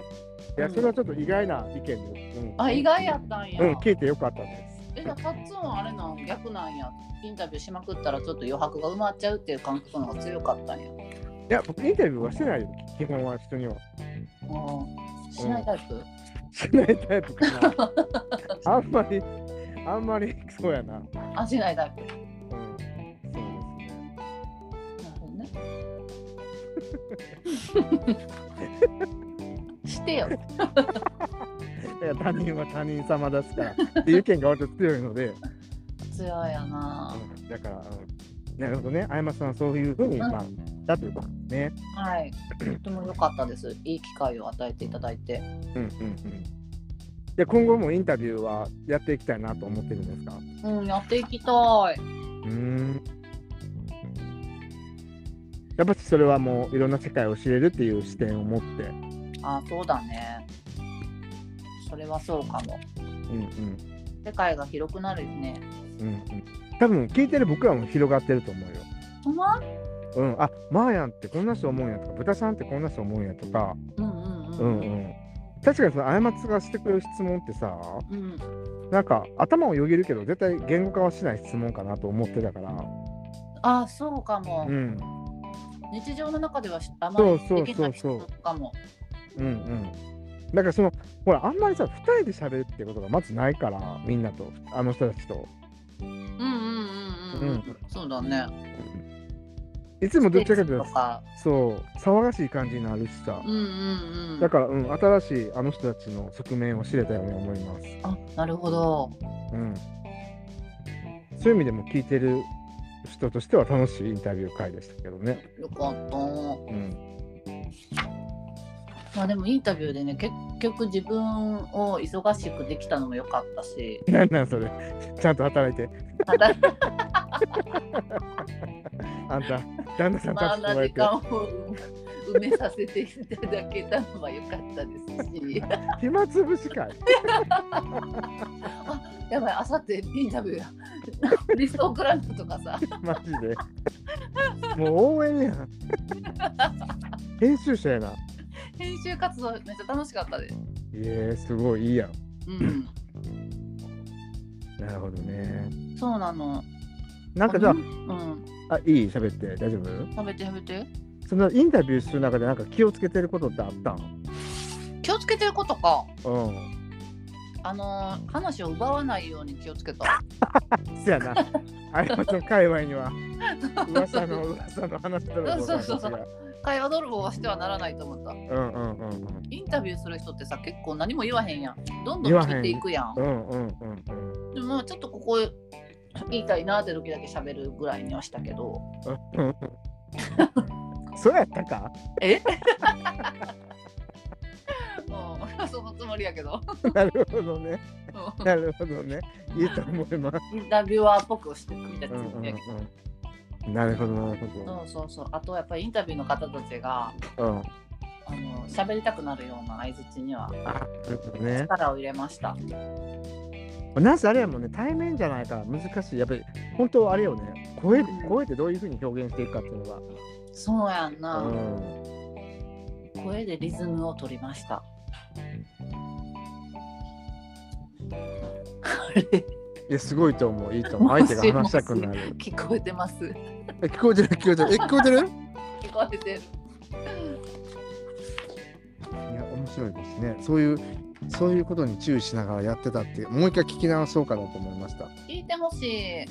S2: やそれはちょっと意外な意見で、うん、
S1: あ意外やったんや、
S2: うん聞いてよかったです
S1: えじゃあタッツンあれなん逆なんやインタビューしまくったらちょっと余白が埋まっちゃうっていう感覚の方が強かったんや
S2: いや、僕インタビューはしてないよ、基本は人には。
S1: うんしないタイプ、
S2: しないタイ プかな。あんまり、あんまり、そうやな。うん、
S1: あしないタイプ
S2: そうですね。
S1: なるほどねしてよ
S2: いや、他人は他人様ですから、っていう意見が割と強いので、
S1: 強いやな
S2: うんだから、うんなるほどね、あやまさんはそういうふうに、
S1: うん
S2: まあ、だということですね。
S1: はいとても良かったですいい機会を与えていただいて
S2: うんうんうん。で今後もインタビューはやっていきたいなと思ってるんですか
S1: うんやっていきたい
S2: うんやっぱりそれはもういろんな世界を知れるっていう視点を持って
S1: あそうだねそれはそうかも
S2: うんうん
S1: 世界が広くなるよね
S2: うんうん多分聞いてる僕らも広がってると思うよ。
S1: ほんま
S2: うん、あマーヤンってこんな人思うんやとか豚さんってこんな人思うんやとか、
S1: うんうん
S2: う
S1: うんん
S2: うん、確かにその過ちがしてくれる質問ってさ
S1: うん
S2: なんか頭をよぎるけど絶対言語化はしない質問かなと思ってたから、
S1: あそうかも、
S2: うん、
S1: 日常の中ではしあまり
S2: そうそうそうそう
S1: できないことかも
S2: うんうんだからそのほらあんまりさ2人で喋るってことがまずないからみんなとあの人たちと
S1: うんうんうんうん、う、
S2: うん
S1: そうだね
S2: いつもどっちかとい
S1: と
S2: うと
S1: か
S2: そう騒がしい感じになるしさ
S1: うんうんう
S2: だ
S1: ん
S2: から、うん、新しいあの人たちの側面を知れたように思います。
S1: あなるほど
S2: うん、そういう意味でも聞いてる人としては楽しいインタビュー会でしたけどね。
S1: よかった
S2: うん、
S1: まあでもインタビューでね結局自分を忙しくできたのも良かったし
S2: なんなんそれちゃんと働いて
S1: ただ
S2: あんた旦那さんた
S1: まあ
S2: ち
S1: な時間
S2: ともやって
S1: を埋めさせていただけたのは良かったです し
S2: 暇つぶし会
S1: やばいあさってインタビューやリスト送らんとかさ
S2: マジでもう応援やん編集者やな
S1: 編集活動めっちゃ楽しかったです
S2: いえすごいいいやん
S1: うん
S2: なるほどね
S1: そうなの
S2: なんかじゃあ
S1: うん
S2: あいい喋って大丈夫
S1: 食べて食べて
S2: そのインタビューする中でなんか気をつけてることってあったん
S1: 気をつけてることか
S2: うん
S1: あのー話を奪わないように気をつけた
S2: そや な。あやまの界隈には噂の噂の話だろ
S1: そうそうそう会話泥棒はしてはならないと思った
S2: うんうんうんうん
S1: インタビューする人ってさ結構何も言わへんやんどんど
S2: 言
S1: ん
S2: わへん
S1: 聞いていくやん
S2: うんうんうんうん
S1: でもちょっとここ言いたいなって時だけ喋るぐらいにはしたけど
S2: うんうん。そうやったか
S1: も うそのつもりやけど
S2: なるほどね。
S1: うん
S2: なるほどね。いいと思います。
S1: インタビュアーっぽくしてみたい
S2: うん
S1: なつも
S2: うん
S1: りやけ
S2: うん。なるほどなる
S1: ど、
S2: ほ
S1: そうそうそうあとやっぱりインタビューの方たちが
S2: ど。う
S1: あ
S2: ん。
S1: の喋りたくなるような相槌には
S2: あ、なるほどね。
S1: 力を入れました
S2: なんせあれやもんね、対面じゃないから難しい。やっぱり、本当あれよね、声
S1: うん
S2: 声ってどういうふうに表現していくかっていうの
S1: そうやん
S2: が、う
S1: な、
S2: ん、
S1: 声でリズムを取りました。 あれ
S2: いや、すごいと思う、いいと思う。相手が話したくなる。
S1: 聞こえてます。
S2: え聞こえてる、聞こえてる。え、聞こえてる
S1: 聞こえてる。
S2: いや、面白いですね。そういう、そういうことに注意しながらやってたって、もう一回聞き直そうかなと思いました。
S1: 聞いてほしい。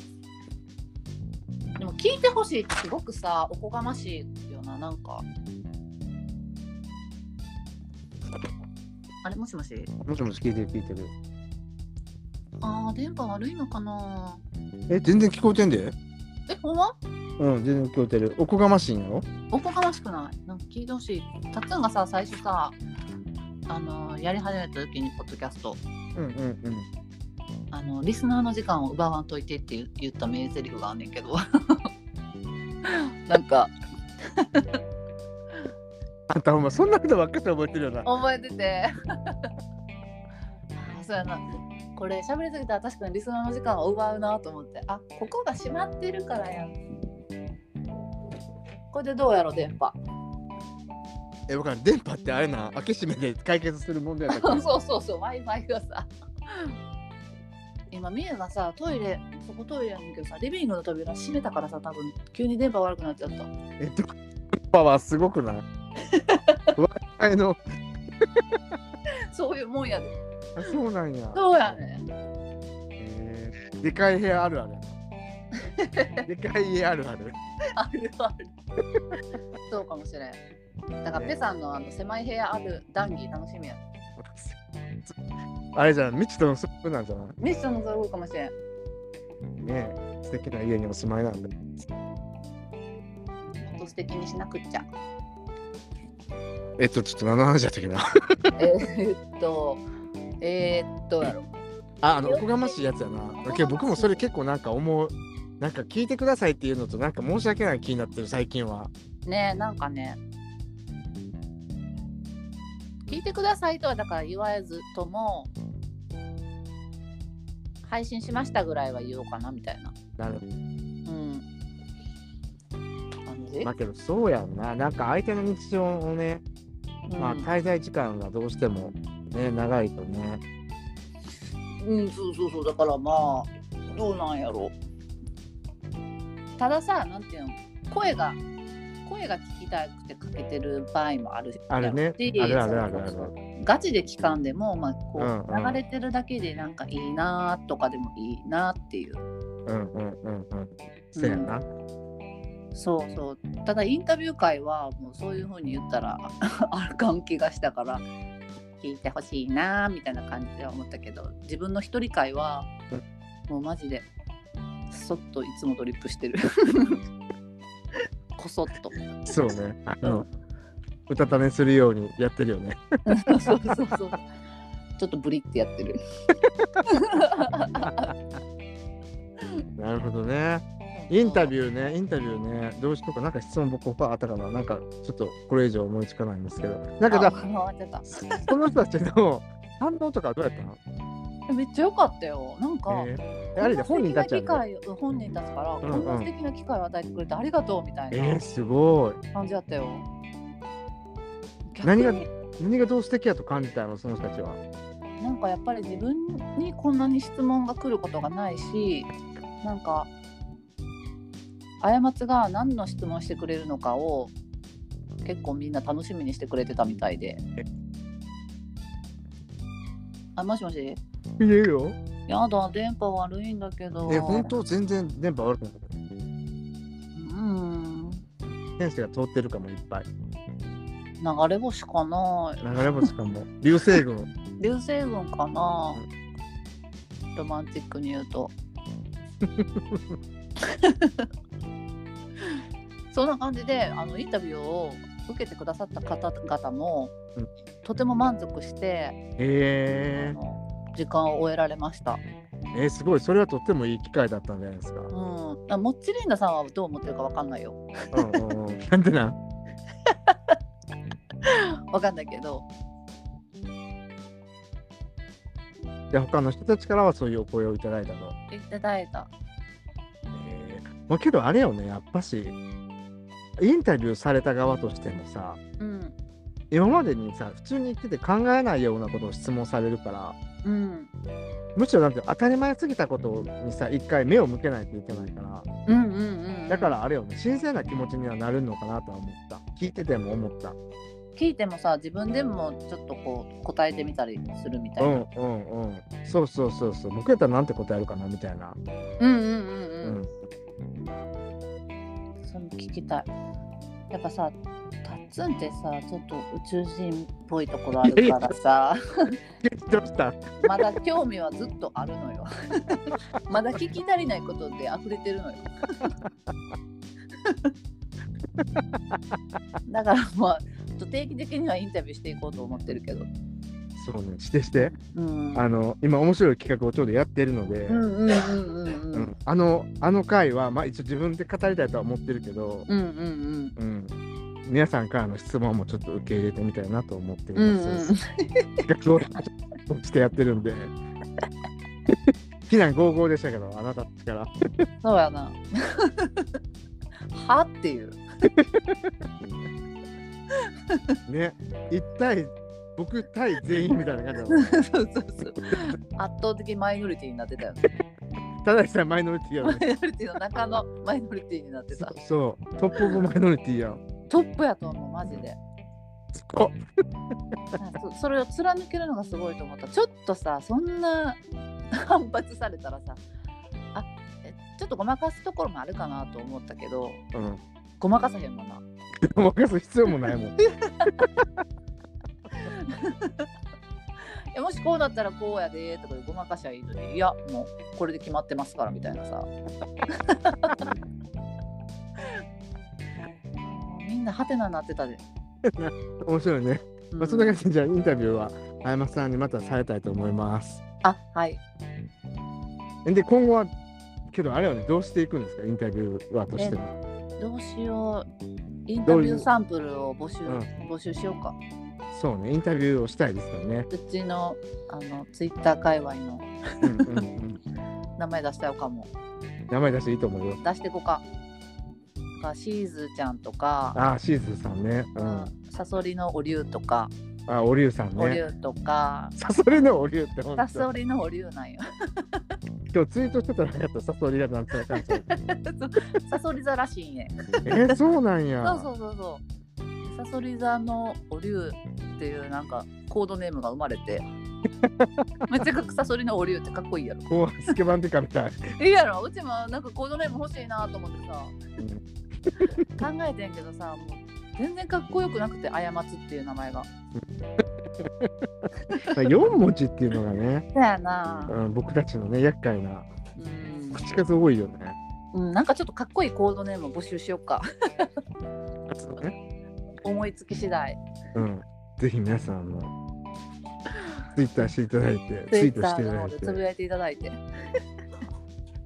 S1: でも聞いてほしいってすごくさおこがましいよななんか。あれもしもし。
S2: もしもし聞いてる、聞いてる。
S1: ああ電波悪いのかな。
S2: え、全然聞こえてんで
S1: えほんま？
S2: うん、全然聞こえてる。おこがましいんやろ
S1: おこがましくないなんか聞いてほしいタッツンがさ最初さあのやり始めた時にポッドキャスト
S2: うんうんうん。
S1: あのリスナーの時間を奪わんといてって言う言った名台詞があんねんけど なんか
S2: あんたほんま、そんなことばっかし覚えてるよな。
S1: 覚えてて あそうやなこれ喋りすぎたら確かにリスナーの時間を奪うなと思ってあここが閉まってるからやんこれでどうやろ電波
S2: え、わかる。電波ってあれな、開け閉めで解決する問題だか ら。
S1: そうそうそう w i f i がさ今みゆがさトイレそこトイレやねんけどさリビングの扉閉めたからさ多分急に電波悪くなっちゃった
S2: えっと、 パワーすごく ない ?Wi-Fi の、
S1: そういうもんやで
S2: あそうなんや。
S1: そうやね
S2: えーでかい部屋あるあるや な。でかい家あるある。
S1: あるあるそうかもしれんだからペさんのあの狭い部屋ある談義楽しみや
S2: あれじゃん、未知との遭遇なんじゃない
S1: ミッションのそうかもしれん
S2: ねえ素敵な家にお住まいなんで。
S1: もっと素敵にしなくっちゃ
S2: えっと、ちょっと何の話だったっけど。
S1: えーっとえー、っとやろ
S2: あ、あの、おこがましいやつやな。けど僕もそれ結構なんか思う。なんか聞いてくださいっていうのとなんか申し訳ない気になってる最近は。
S1: ねえなんかね聞いてくださいとはだから言わずとも配信しましたぐらいは言おうかなみたいな
S2: なるほ
S1: うん感じ、
S2: ど。まあけどそうやんな。なんか相手の日常をね、まあ
S1: うん
S2: 滞在時間がどうしてもね、長いとね。
S1: うん、そうそうそう、だからまあ、どうなんやろたださ、なんていうの、声が、声が聞きたくてかけてる場合もあるし
S2: あるね
S1: し。
S2: あるあるあるあ
S1: そうそう
S2: る。
S1: そうガチで聞かんでも、まあ、こう、
S2: うんうん
S1: 流れてるだけでなんかいいなとかでもいいなっていう。
S2: うんうんうんうん。そうやな。
S1: そうそう。ただ、インタビュー会は、もうそういうふうに言ったら、 あかん気がしたから、聞いてほしいなみたいな感じでは思ったけど、自分の一人会は、もうマジで、そっといつもドリップしてる。 こそっと。
S2: そう ね。あの、うたた寝するようにやってるよね。
S1: そうそうそう。ちょっとブリってやってる。
S2: なるほどね。インタビューね、インタビューね、どうしようか、なんか質問僕、パーあったかな、なんかちょっとこれ以上思いつかないんですけど、なんか
S1: あ
S2: だ、
S1: 回っちゃった
S2: その人たちの反応とかどうやったの
S1: えめっちゃ良かったよ。なんか、
S2: えーあれで本人たちや
S1: こん
S2: ね
S1: な素敵な機会を本人たちから、
S2: んうん
S1: こんな素敵な機会を与えてくれてありがとうみたい
S2: え
S1: な
S2: ー、すごい。
S1: 感じだったよ。
S2: 何が
S1: 逆に
S2: 何がどう素敵やと感じたの、その人たちは。
S1: なんかやっぱり自分にこんなに質問が来ることがないしなんか過ちが何の質問してくれるのかを結構みんな楽しみにしてくれてたみたいで
S2: え。
S1: あもしもし
S2: いえよ。
S1: やだ電波悪いんだけど
S2: え、本当全然電波悪くなかった。
S1: うん
S2: 天使が通ってるかもいっぱい。
S1: 流れ星かな
S2: 流れ星かも。 流星群。
S1: 流星群かなロマンチックに言う とそんな感じであのインタビューを受けてくださった方々も、
S2: うん
S1: とても満足して、あ
S2: え
S1: の時間を終えられました、
S2: ー、えー、すごい。それはとってもいい機会だったんじゃないですか。
S1: うん、あモッチリンダさんはどう思ってるかわかんないよ
S2: うんうんうん。なんでなん
S1: わかんないけど
S2: で他の人たちからはそういうお声をいただいたと。
S1: いただいた。
S2: えーまあ、けどあれよねやっぱしインタビューされた側としてもさ
S1: うん。
S2: 今までにさ普通に言ってて考えないようなことを質問されるから
S1: うん。
S2: むしろなんて当たり前すぎたことにさ一回目を向けないといけないから
S1: うんうんうん、うん。
S2: だからあれよね新鮮な気持ちにはなるのかなとは思った聞いてても思った
S1: 聞いてもさ自分でもちょっとこう答えてみたりするみた
S2: う
S1: い
S2: ん
S1: な。
S2: うんうんそうそうそうそう僕やったらなんて答えるかなみたいな
S1: うんうんうん
S2: う
S1: うん。
S2: ん
S1: その聞きたい。やっぱさ、タッツンってさ、ちょっと宇宙人っぽいところあるからさ、
S2: どうした
S1: まだ興味はずっとあるのよ。 まだ聞き足りないことで溢れてるのよ。 だからまあ、ちょっと定期的にはインタビューしていこうと思ってるけど。
S2: そうねしてして
S1: うん。
S2: あの今面白い企画をちょうどやってるので、
S1: うんうんうんうんう
S2: うんん。あのあの回は、まあ、一応自分で語りたいとは思ってるけど、
S1: うんうん
S2: うん、皆さんからの質問もちょっと受け入れてみたいなと思ってい
S1: うん。うん
S2: ま
S1: うん
S2: す。企画をしてやってるんで。非難合々でしたけど、あなたたちから。
S1: そうやな。 はっていう。
S2: ね、一体僕対全員みたいな感じだった。
S1: そうそうそう。圧倒的マイノリティになってたよね。
S2: ただでさえマイノリティや
S1: マ
S2: ろ
S1: イ。ノリティの中のマイノリティになってた。
S2: そう、トップオブマイノリティやん。
S1: トップやと思う、マジで。
S2: すごっ
S1: そそれを貫けるのがすごいと思った。ちょっとさ、そんな 反発されたらさ、あえちょっとごまかすところもあるかなと思ったけど、
S2: うん。
S1: ごまかさへんもんな。
S2: 任す必要もないもん。
S1: えもしこうだったらこうやでとかでごまかしゃいいのに、いや、もうこれで決まってますからみたいな さ。みんなハテナになってたで。
S2: 面白いね。まあ、そんな感じで、じゃあインタビューは、あやまさんにまたされたいと思います。
S1: あはい。
S2: で今後はけどあれはねどうしていくんですかインタビューはとしても
S1: どうしよう。インタビューサンプルを募集、
S2: うん
S1: 募集しようか。
S2: そうねインタビューをしたいですよね、
S1: うちのあのツイッター界隈の
S2: うんうんうん、
S1: 名前出したよかも。
S2: 名前出していいと思うよ
S1: 出していこうか。かシーズーちゃんとか、
S2: ああシーズーさんね、う、
S1: うんん、サソリのおりゅうとか、
S2: あおりゅうさん
S1: おりゅ
S2: ね
S1: うとか、
S2: サソリのおりゅうって本
S1: サ
S2: 当
S1: ソリのおりゅうなんよ。
S2: 今日ツイートしてたらやっぱサソリがなんとなく
S1: サソリ座らしいんや。
S2: えー、そうなんや
S1: そうそうそうそう。サソリ座のおりゅうっていうなんかコードネームが生まれ て。めっちゃサソリのおりゅうってかっこいいやろ。
S2: こうスケバンデカみたい、
S1: いいやろうちもなんかコードネーム欲しいなと思ってさ考えてんけどさもう全然かっこよくなくて「過つ」っていう名前が
S2: うん、4文字っていうのがね、
S1: そうやな
S2: うん、僕たちのね厄介な
S1: うん、
S2: 口数多いよね
S1: うん、なんかちょっとかっこいいコードネーム募集しようか
S2: ね
S1: 思いつき次第
S2: うんぜひ皆さんもツイッターしていただいて
S1: ツ
S2: ツ
S1: イッ
S2: イート
S1: タ
S2: して
S1: ー
S2: い
S1: の方
S2: ただい
S1: で
S2: て
S1: つぶやいていただいて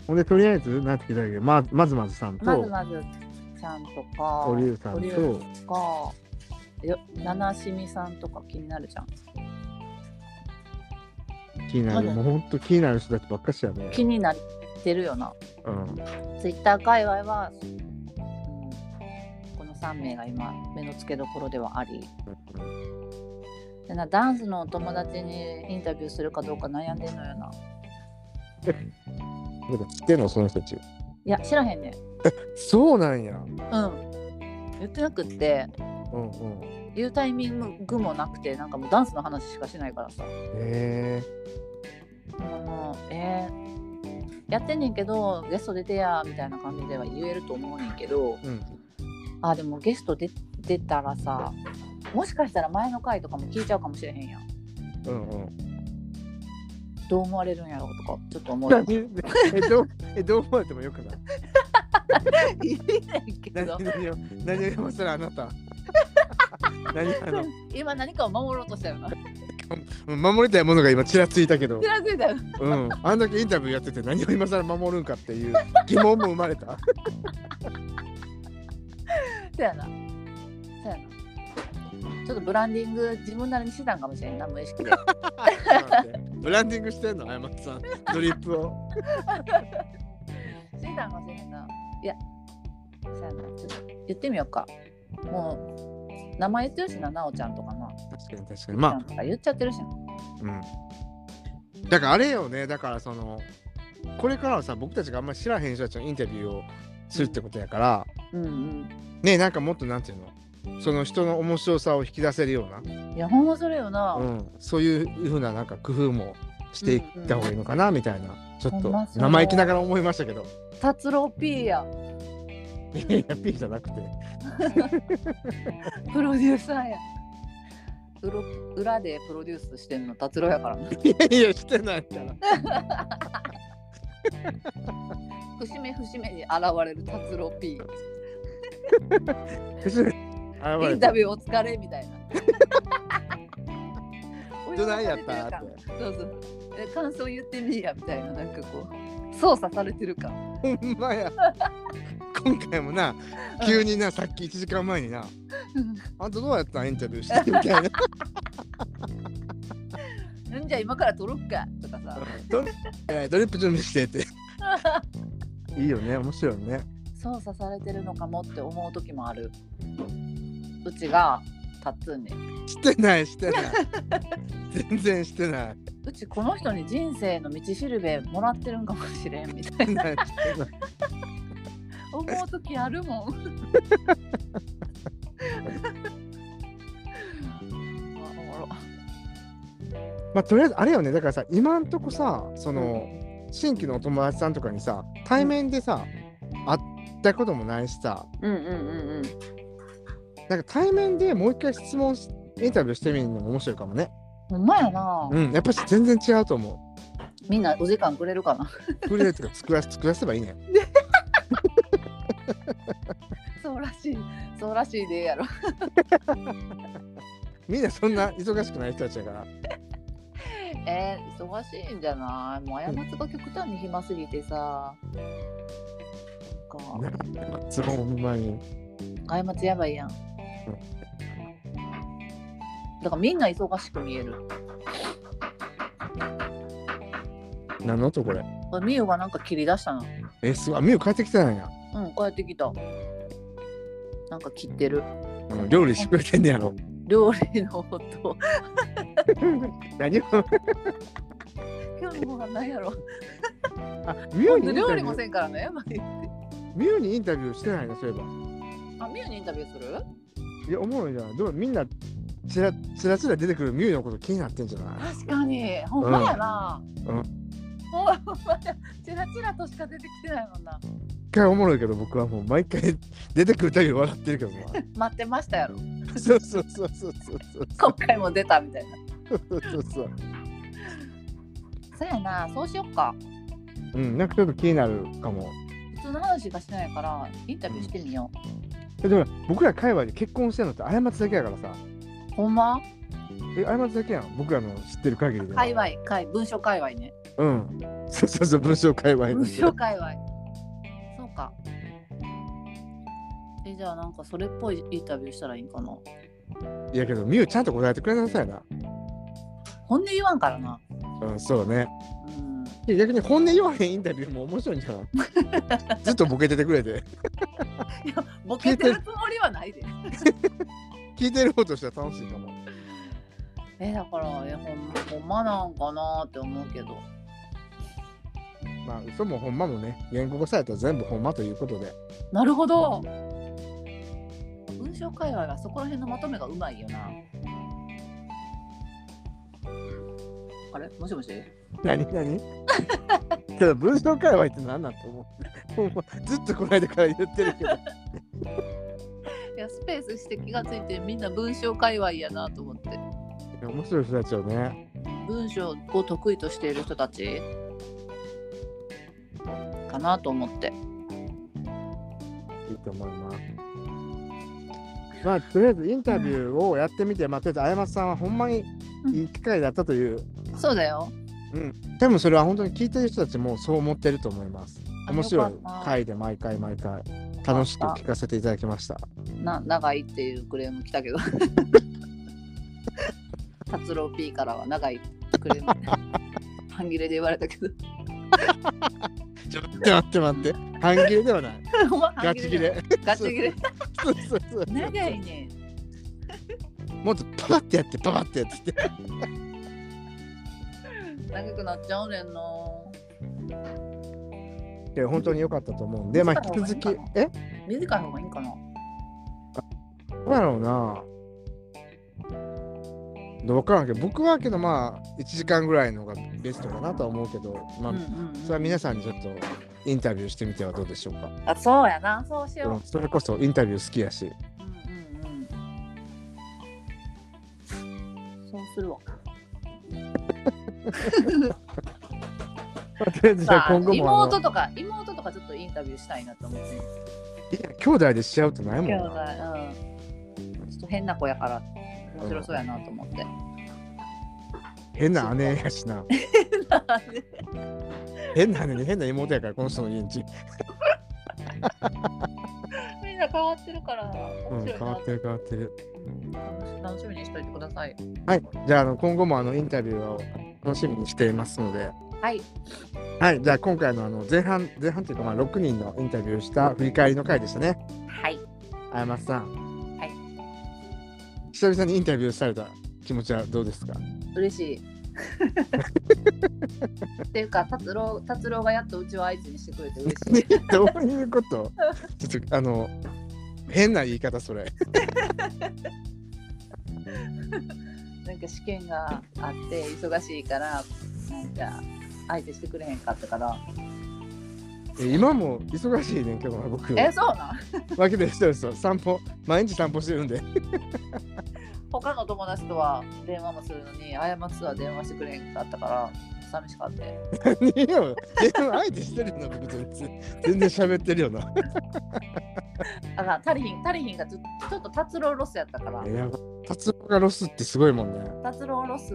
S2: ほんでとりあえずなんて聞いたらいいけどままずまずさん
S1: まず
S2: と
S1: まずちゃんとか
S2: おりゅうさん
S1: おりゅ
S2: と
S1: うかよ七しみさんとか気になるじゃん
S2: 気になる
S1: まだ
S2: もうほんと気になる人たちばっかしやね、
S1: 気になってるよな
S2: うん、
S1: ツイッター界隈は、うん、この3名が今目の付けどころではありでなダンスのお友達にインタビューするかどうか悩んでんのよな
S2: 知ってんのその人たち
S1: いや知らへんねん
S2: そうなんやうん
S1: うん言ってなくって
S2: うん
S1: 言うタイミングもなくてなんかもうダンスの話しかしないからさ
S2: へえ
S1: もうえーやってんねんけどゲスト出てやみたいな感じでは言えると思うねんけど
S2: うん
S1: あでもゲスト出出たらさもしかしたら前の回とかも聞いちゃうかもしれへんやん
S2: うん うん
S1: どう思われるんやろうとかちょっと思うよ
S2: 何えどうえどう思われてもよくない
S1: 言えないけ
S2: 何
S1: ど
S2: 何を何を今更あなた 何あの
S1: 今何かを守ろうとしたよな。
S2: うん守りたいものが今ちらついたけど
S1: 知らついたよ。
S2: うんあんだけインタビューやってて何を今更守るんかっていう疑問も生ま れた
S1: そうやな。そうやな。ちょっとブランディング自分なりにしてたんかもしれんな無意識で
S2: ブランディングしてんのあやまつさんドリップを
S1: してたんかもしれんないやそうやなちょっと言ってみようかもう名前言ってるしななおちゃんとかな
S2: 確かに確かにまあ
S1: なんか言っちゃってるしな
S2: うん、だからあれよねだからそのこれからはさ僕たちがあんまり知らへん人たちのインタビューをするってことやから
S1: うんうん
S2: ねなんかもっとなんていうのその人の面白さを引き出せるよう
S1: いやほんまそれよな、
S2: な、うん、そういうふうななんか工夫もしていった方がいいのかなみたいな、ちょっ
S1: ほんまそ
S2: と
S1: う
S2: 生意気ながら思いましたけど
S1: 達郎 P や
S2: いやいや P じゃなくて
S1: プロデューサーやうろ裏でプロデュースしてんの達郎やからない
S2: やいやしてないから
S1: 節目節目に現れる達郎 P
S2: あ
S1: インタビューお疲れみたいな。
S2: どないやったって
S1: そうそう。え感想言ってみいやみたいな、なんかこう、操作されてる 感。
S2: ほんまや今回もな急になさっき1時間前になあんたどうやったんインタビューしてみたいな
S1: うんじゃあ今から撮ろっかとかさ。
S2: ドリえードリップ準備してって。いいよね、面白いよね。
S1: 操作されてるのかもって思う時もある。うちがタッツーに。
S2: してない、してない。全然してない。
S1: うちこの人に人生の道しるべもらってるんかもしれんみたい
S2: してない、してない。
S1: な。思う時ある もん。あおもろ
S2: まあ、とりあえず、あれよね、だからさ、今んとこさ、その、新規のお友達さんとかにさ、対面でさ、会ったこともないしさ、
S1: うんうんうんうん。
S2: なんか対面でもう一回質問し、インタビューしてみるのも面白いかもね。
S1: ほんまやな、
S2: うん、やっぱし全然違うと思
S1: みんなお時間くれるかな
S2: う。クリエイトが作らせ、作らせばいいね。
S1: そうらしいそうらしいでええやろ
S2: みんなそんな忙しくない人たちだから。
S1: えー、忙しいんじゃないもう過ちが極端に暇すぎてさなんか
S2: そのほんまに。
S1: 過ちやばいやんだからみんな忙しく見える
S2: 何の音これ。
S1: これみゆがなんか切り出したの
S2: え、すごい。あみゆ帰ってきてないな。
S1: うん帰ってきたなんか切ってる
S2: うん料理してくれてんねや ろ。
S1: 料理の 音
S2: 何を
S1: 今日のご飯何 やろ
S2: あミュウにインタビュー
S1: 料理もせんからねまあ
S2: ミュウにインタビューしてないのそういえば。
S1: あみゆにインタビューする
S2: いや、思うじゃん。どうみんな、ちらちらちら出てくるミュウのこと気になってんじゃない
S1: 確かにほんまやな、
S2: うんうん
S1: ほんまやチラチラとしか出てきてないもんな
S2: 一回おもろいけど、僕はもう毎回 出てくるたび笑ってるけどな。
S1: 待ってましたやろ
S2: そうそうそうそうそうそう
S1: 今回も出たみたいな
S2: そうそうそう。
S1: そうやなそうしよっか
S2: うん、なんかちょっと気になるかも。
S1: 普通の話がしてないからインタビューしてみよ
S2: えでも僕ら界隈で結婚してるのって過ちだけやからさ。
S1: う、ほんま
S2: え、過ちだけやん。僕らの知ってる限りでは。
S1: 界隈界文章界隈ね
S2: うん。そうそうそう、文章界隈で
S1: 文章界隈そうかえじゃあなんかそれっぽいインタビューしたらいいんかない
S2: やけど、ミュウちゃんと答えてくれなさいな。
S1: 本音言わんからな
S2: うん、そうね。
S1: うん
S2: で逆に本音言わへんインタビューも面白いんじゃない ずっとボケててくれて
S1: ボケてるつもりはないで
S2: 聞いてる方としては楽しいかも
S1: えだからえほんまほんまなんかなって思うけど
S2: まあ嘘もほんまもね言語化されたら全部ほんまということで
S1: なるほど文章界隈はそこら辺のまとめがうまいよなあれもしもし
S2: 何 何けど文章界隈って何なんと思うほんまずっとこの間から言ってるけど
S1: いやスペースして気がついてみんな文章界隈やなと思って
S2: 面白い人たちよね
S1: 文章を得意としている人たちかなと思って
S2: いいと思いますまあとりあえずインタビューをやってみて、まあ、とりあえずあやまつさんはほんまにいい機会だったという、
S1: そうだよ
S2: 多分それは本当に聞いてる人たちもそう思ってると思います。
S1: あ
S2: 面白い
S1: よかった
S2: 回で毎回毎回楽しく聞かせていただきました。
S1: な長いっていうクレーム来たけど達郎 P からは長いってくれ る半切れで言われた けど
S2: ちょっと待って待って。半切れではない。
S1: お前半
S2: ガチ切れ。
S1: ガチ切れ
S2: そうそうそう。
S1: 長いね
S2: もっとパパってやって、パパってやってって。
S1: 長くなっちゃうねんな
S2: で本当に良かったと思うんで、まあ引き続き、え
S1: 短い方がいいんかな
S2: どうだろうな。どうわからんけど、僕はけどまあ、1時間ぐらいのがベストかなとは思うけど、まあ
S1: うん、うんうん
S2: それは皆さんにちょっとインタビューしてみてはどうでしょうか。
S1: あそうやなそうし
S2: うん
S1: よ
S2: それこそインタビュー好きやし。
S1: う、うんうんうん、そうするわ
S2: まあとりあえずじ
S1: さ
S2: ゃ
S1: あ
S2: あ今後もあの
S1: 妹とか妹とかちょっとインタビューしたいなと思って
S2: いや兄弟でしちゃうってないもん
S1: 今日
S2: な。
S1: は、うん、ちょっと変な子やから面白そうやなと思って、
S2: 変な姉やしな。 変な姉で変な妹やから、この人の家んち。
S1: みんな変わってるから
S2: うん、
S1: 面白
S2: 変
S1: いな、
S2: わってる変わってる。
S1: 楽しみにしといてください
S2: はい、じゃああの今後もあのインタビューを楽しみにしていますので、
S1: はい
S2: はい、じゃあ今回のあの前半、前半というかまあ6人のインタビューした振り返りの回でしたね、
S1: はい
S2: あやまさん。
S1: はい。
S2: 久々にインタビューされた気持ちはどうですか
S1: 嬉 しいっていうか達郎達郎がやっとうちを愛知にしてくれて嬉 しい
S2: どういうことちょっとあの変な言い方それ。
S1: なんか試験があって忙しいからなんか相手してくれへんかったから
S2: え今も忙しいねんけどな僕。
S1: えそうなん
S2: わけでそうですよ散歩毎日散歩してるんで。
S1: 他の友達とは電話もするのに過つは電話してくれへんかったから寂しかったよ
S2: 何よ電話相手してるよな僕全然全然喋ってるよな。
S1: あら足りひん足りひんがちょちょっと達郎ロスやったから
S2: いや達郎がロスってすごいもんね。
S1: 達郎ロス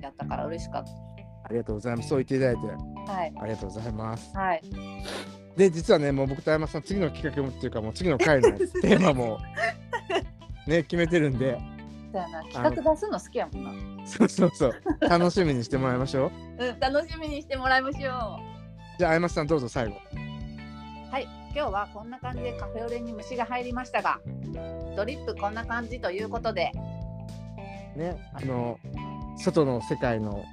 S1: やったから嬉しかっ
S2: ありがとうございます。そう言っていただいて
S1: たはい
S2: ありがとうございます。
S1: はい
S2: で実はねもう僕と山さん次の企画もっていうかもう次の 回のテーマもね決めてるんで
S1: そうやな企画出すの好きやもんな
S2: そうそうそう楽しみにしてもらいましょう。
S1: うん楽しみにしてもらいましょう
S2: じゃああやまさんどうぞ最後。
S1: はい今日はこんな感じでカフェオレに虫が入りましたがドリップこんな感じということで
S2: ね、あの外の世界の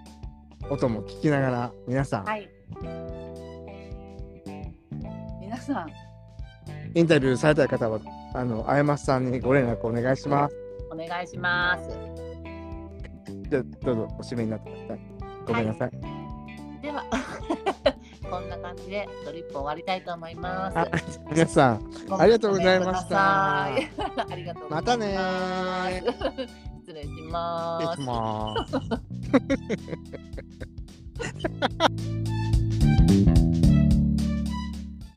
S2: 音も聞きながら皆さん、
S1: はい皆さん
S2: インタビューされたい方はあのあやまさんにご連絡お願いします。
S1: お願いします
S2: じゃあどうぞお締めになってください。ごめんなさい。
S1: では こんな感じでドリップ終わりたいと思います
S2: あ。皆さん
S1: ご
S2: あり
S1: めん
S2: がとうございました
S1: ごめんなさい ありがとうござ
S2: ま
S1: い
S2: たね
S1: ま
S2: ー。
S1: す。失礼します
S2: 失礼し。ます。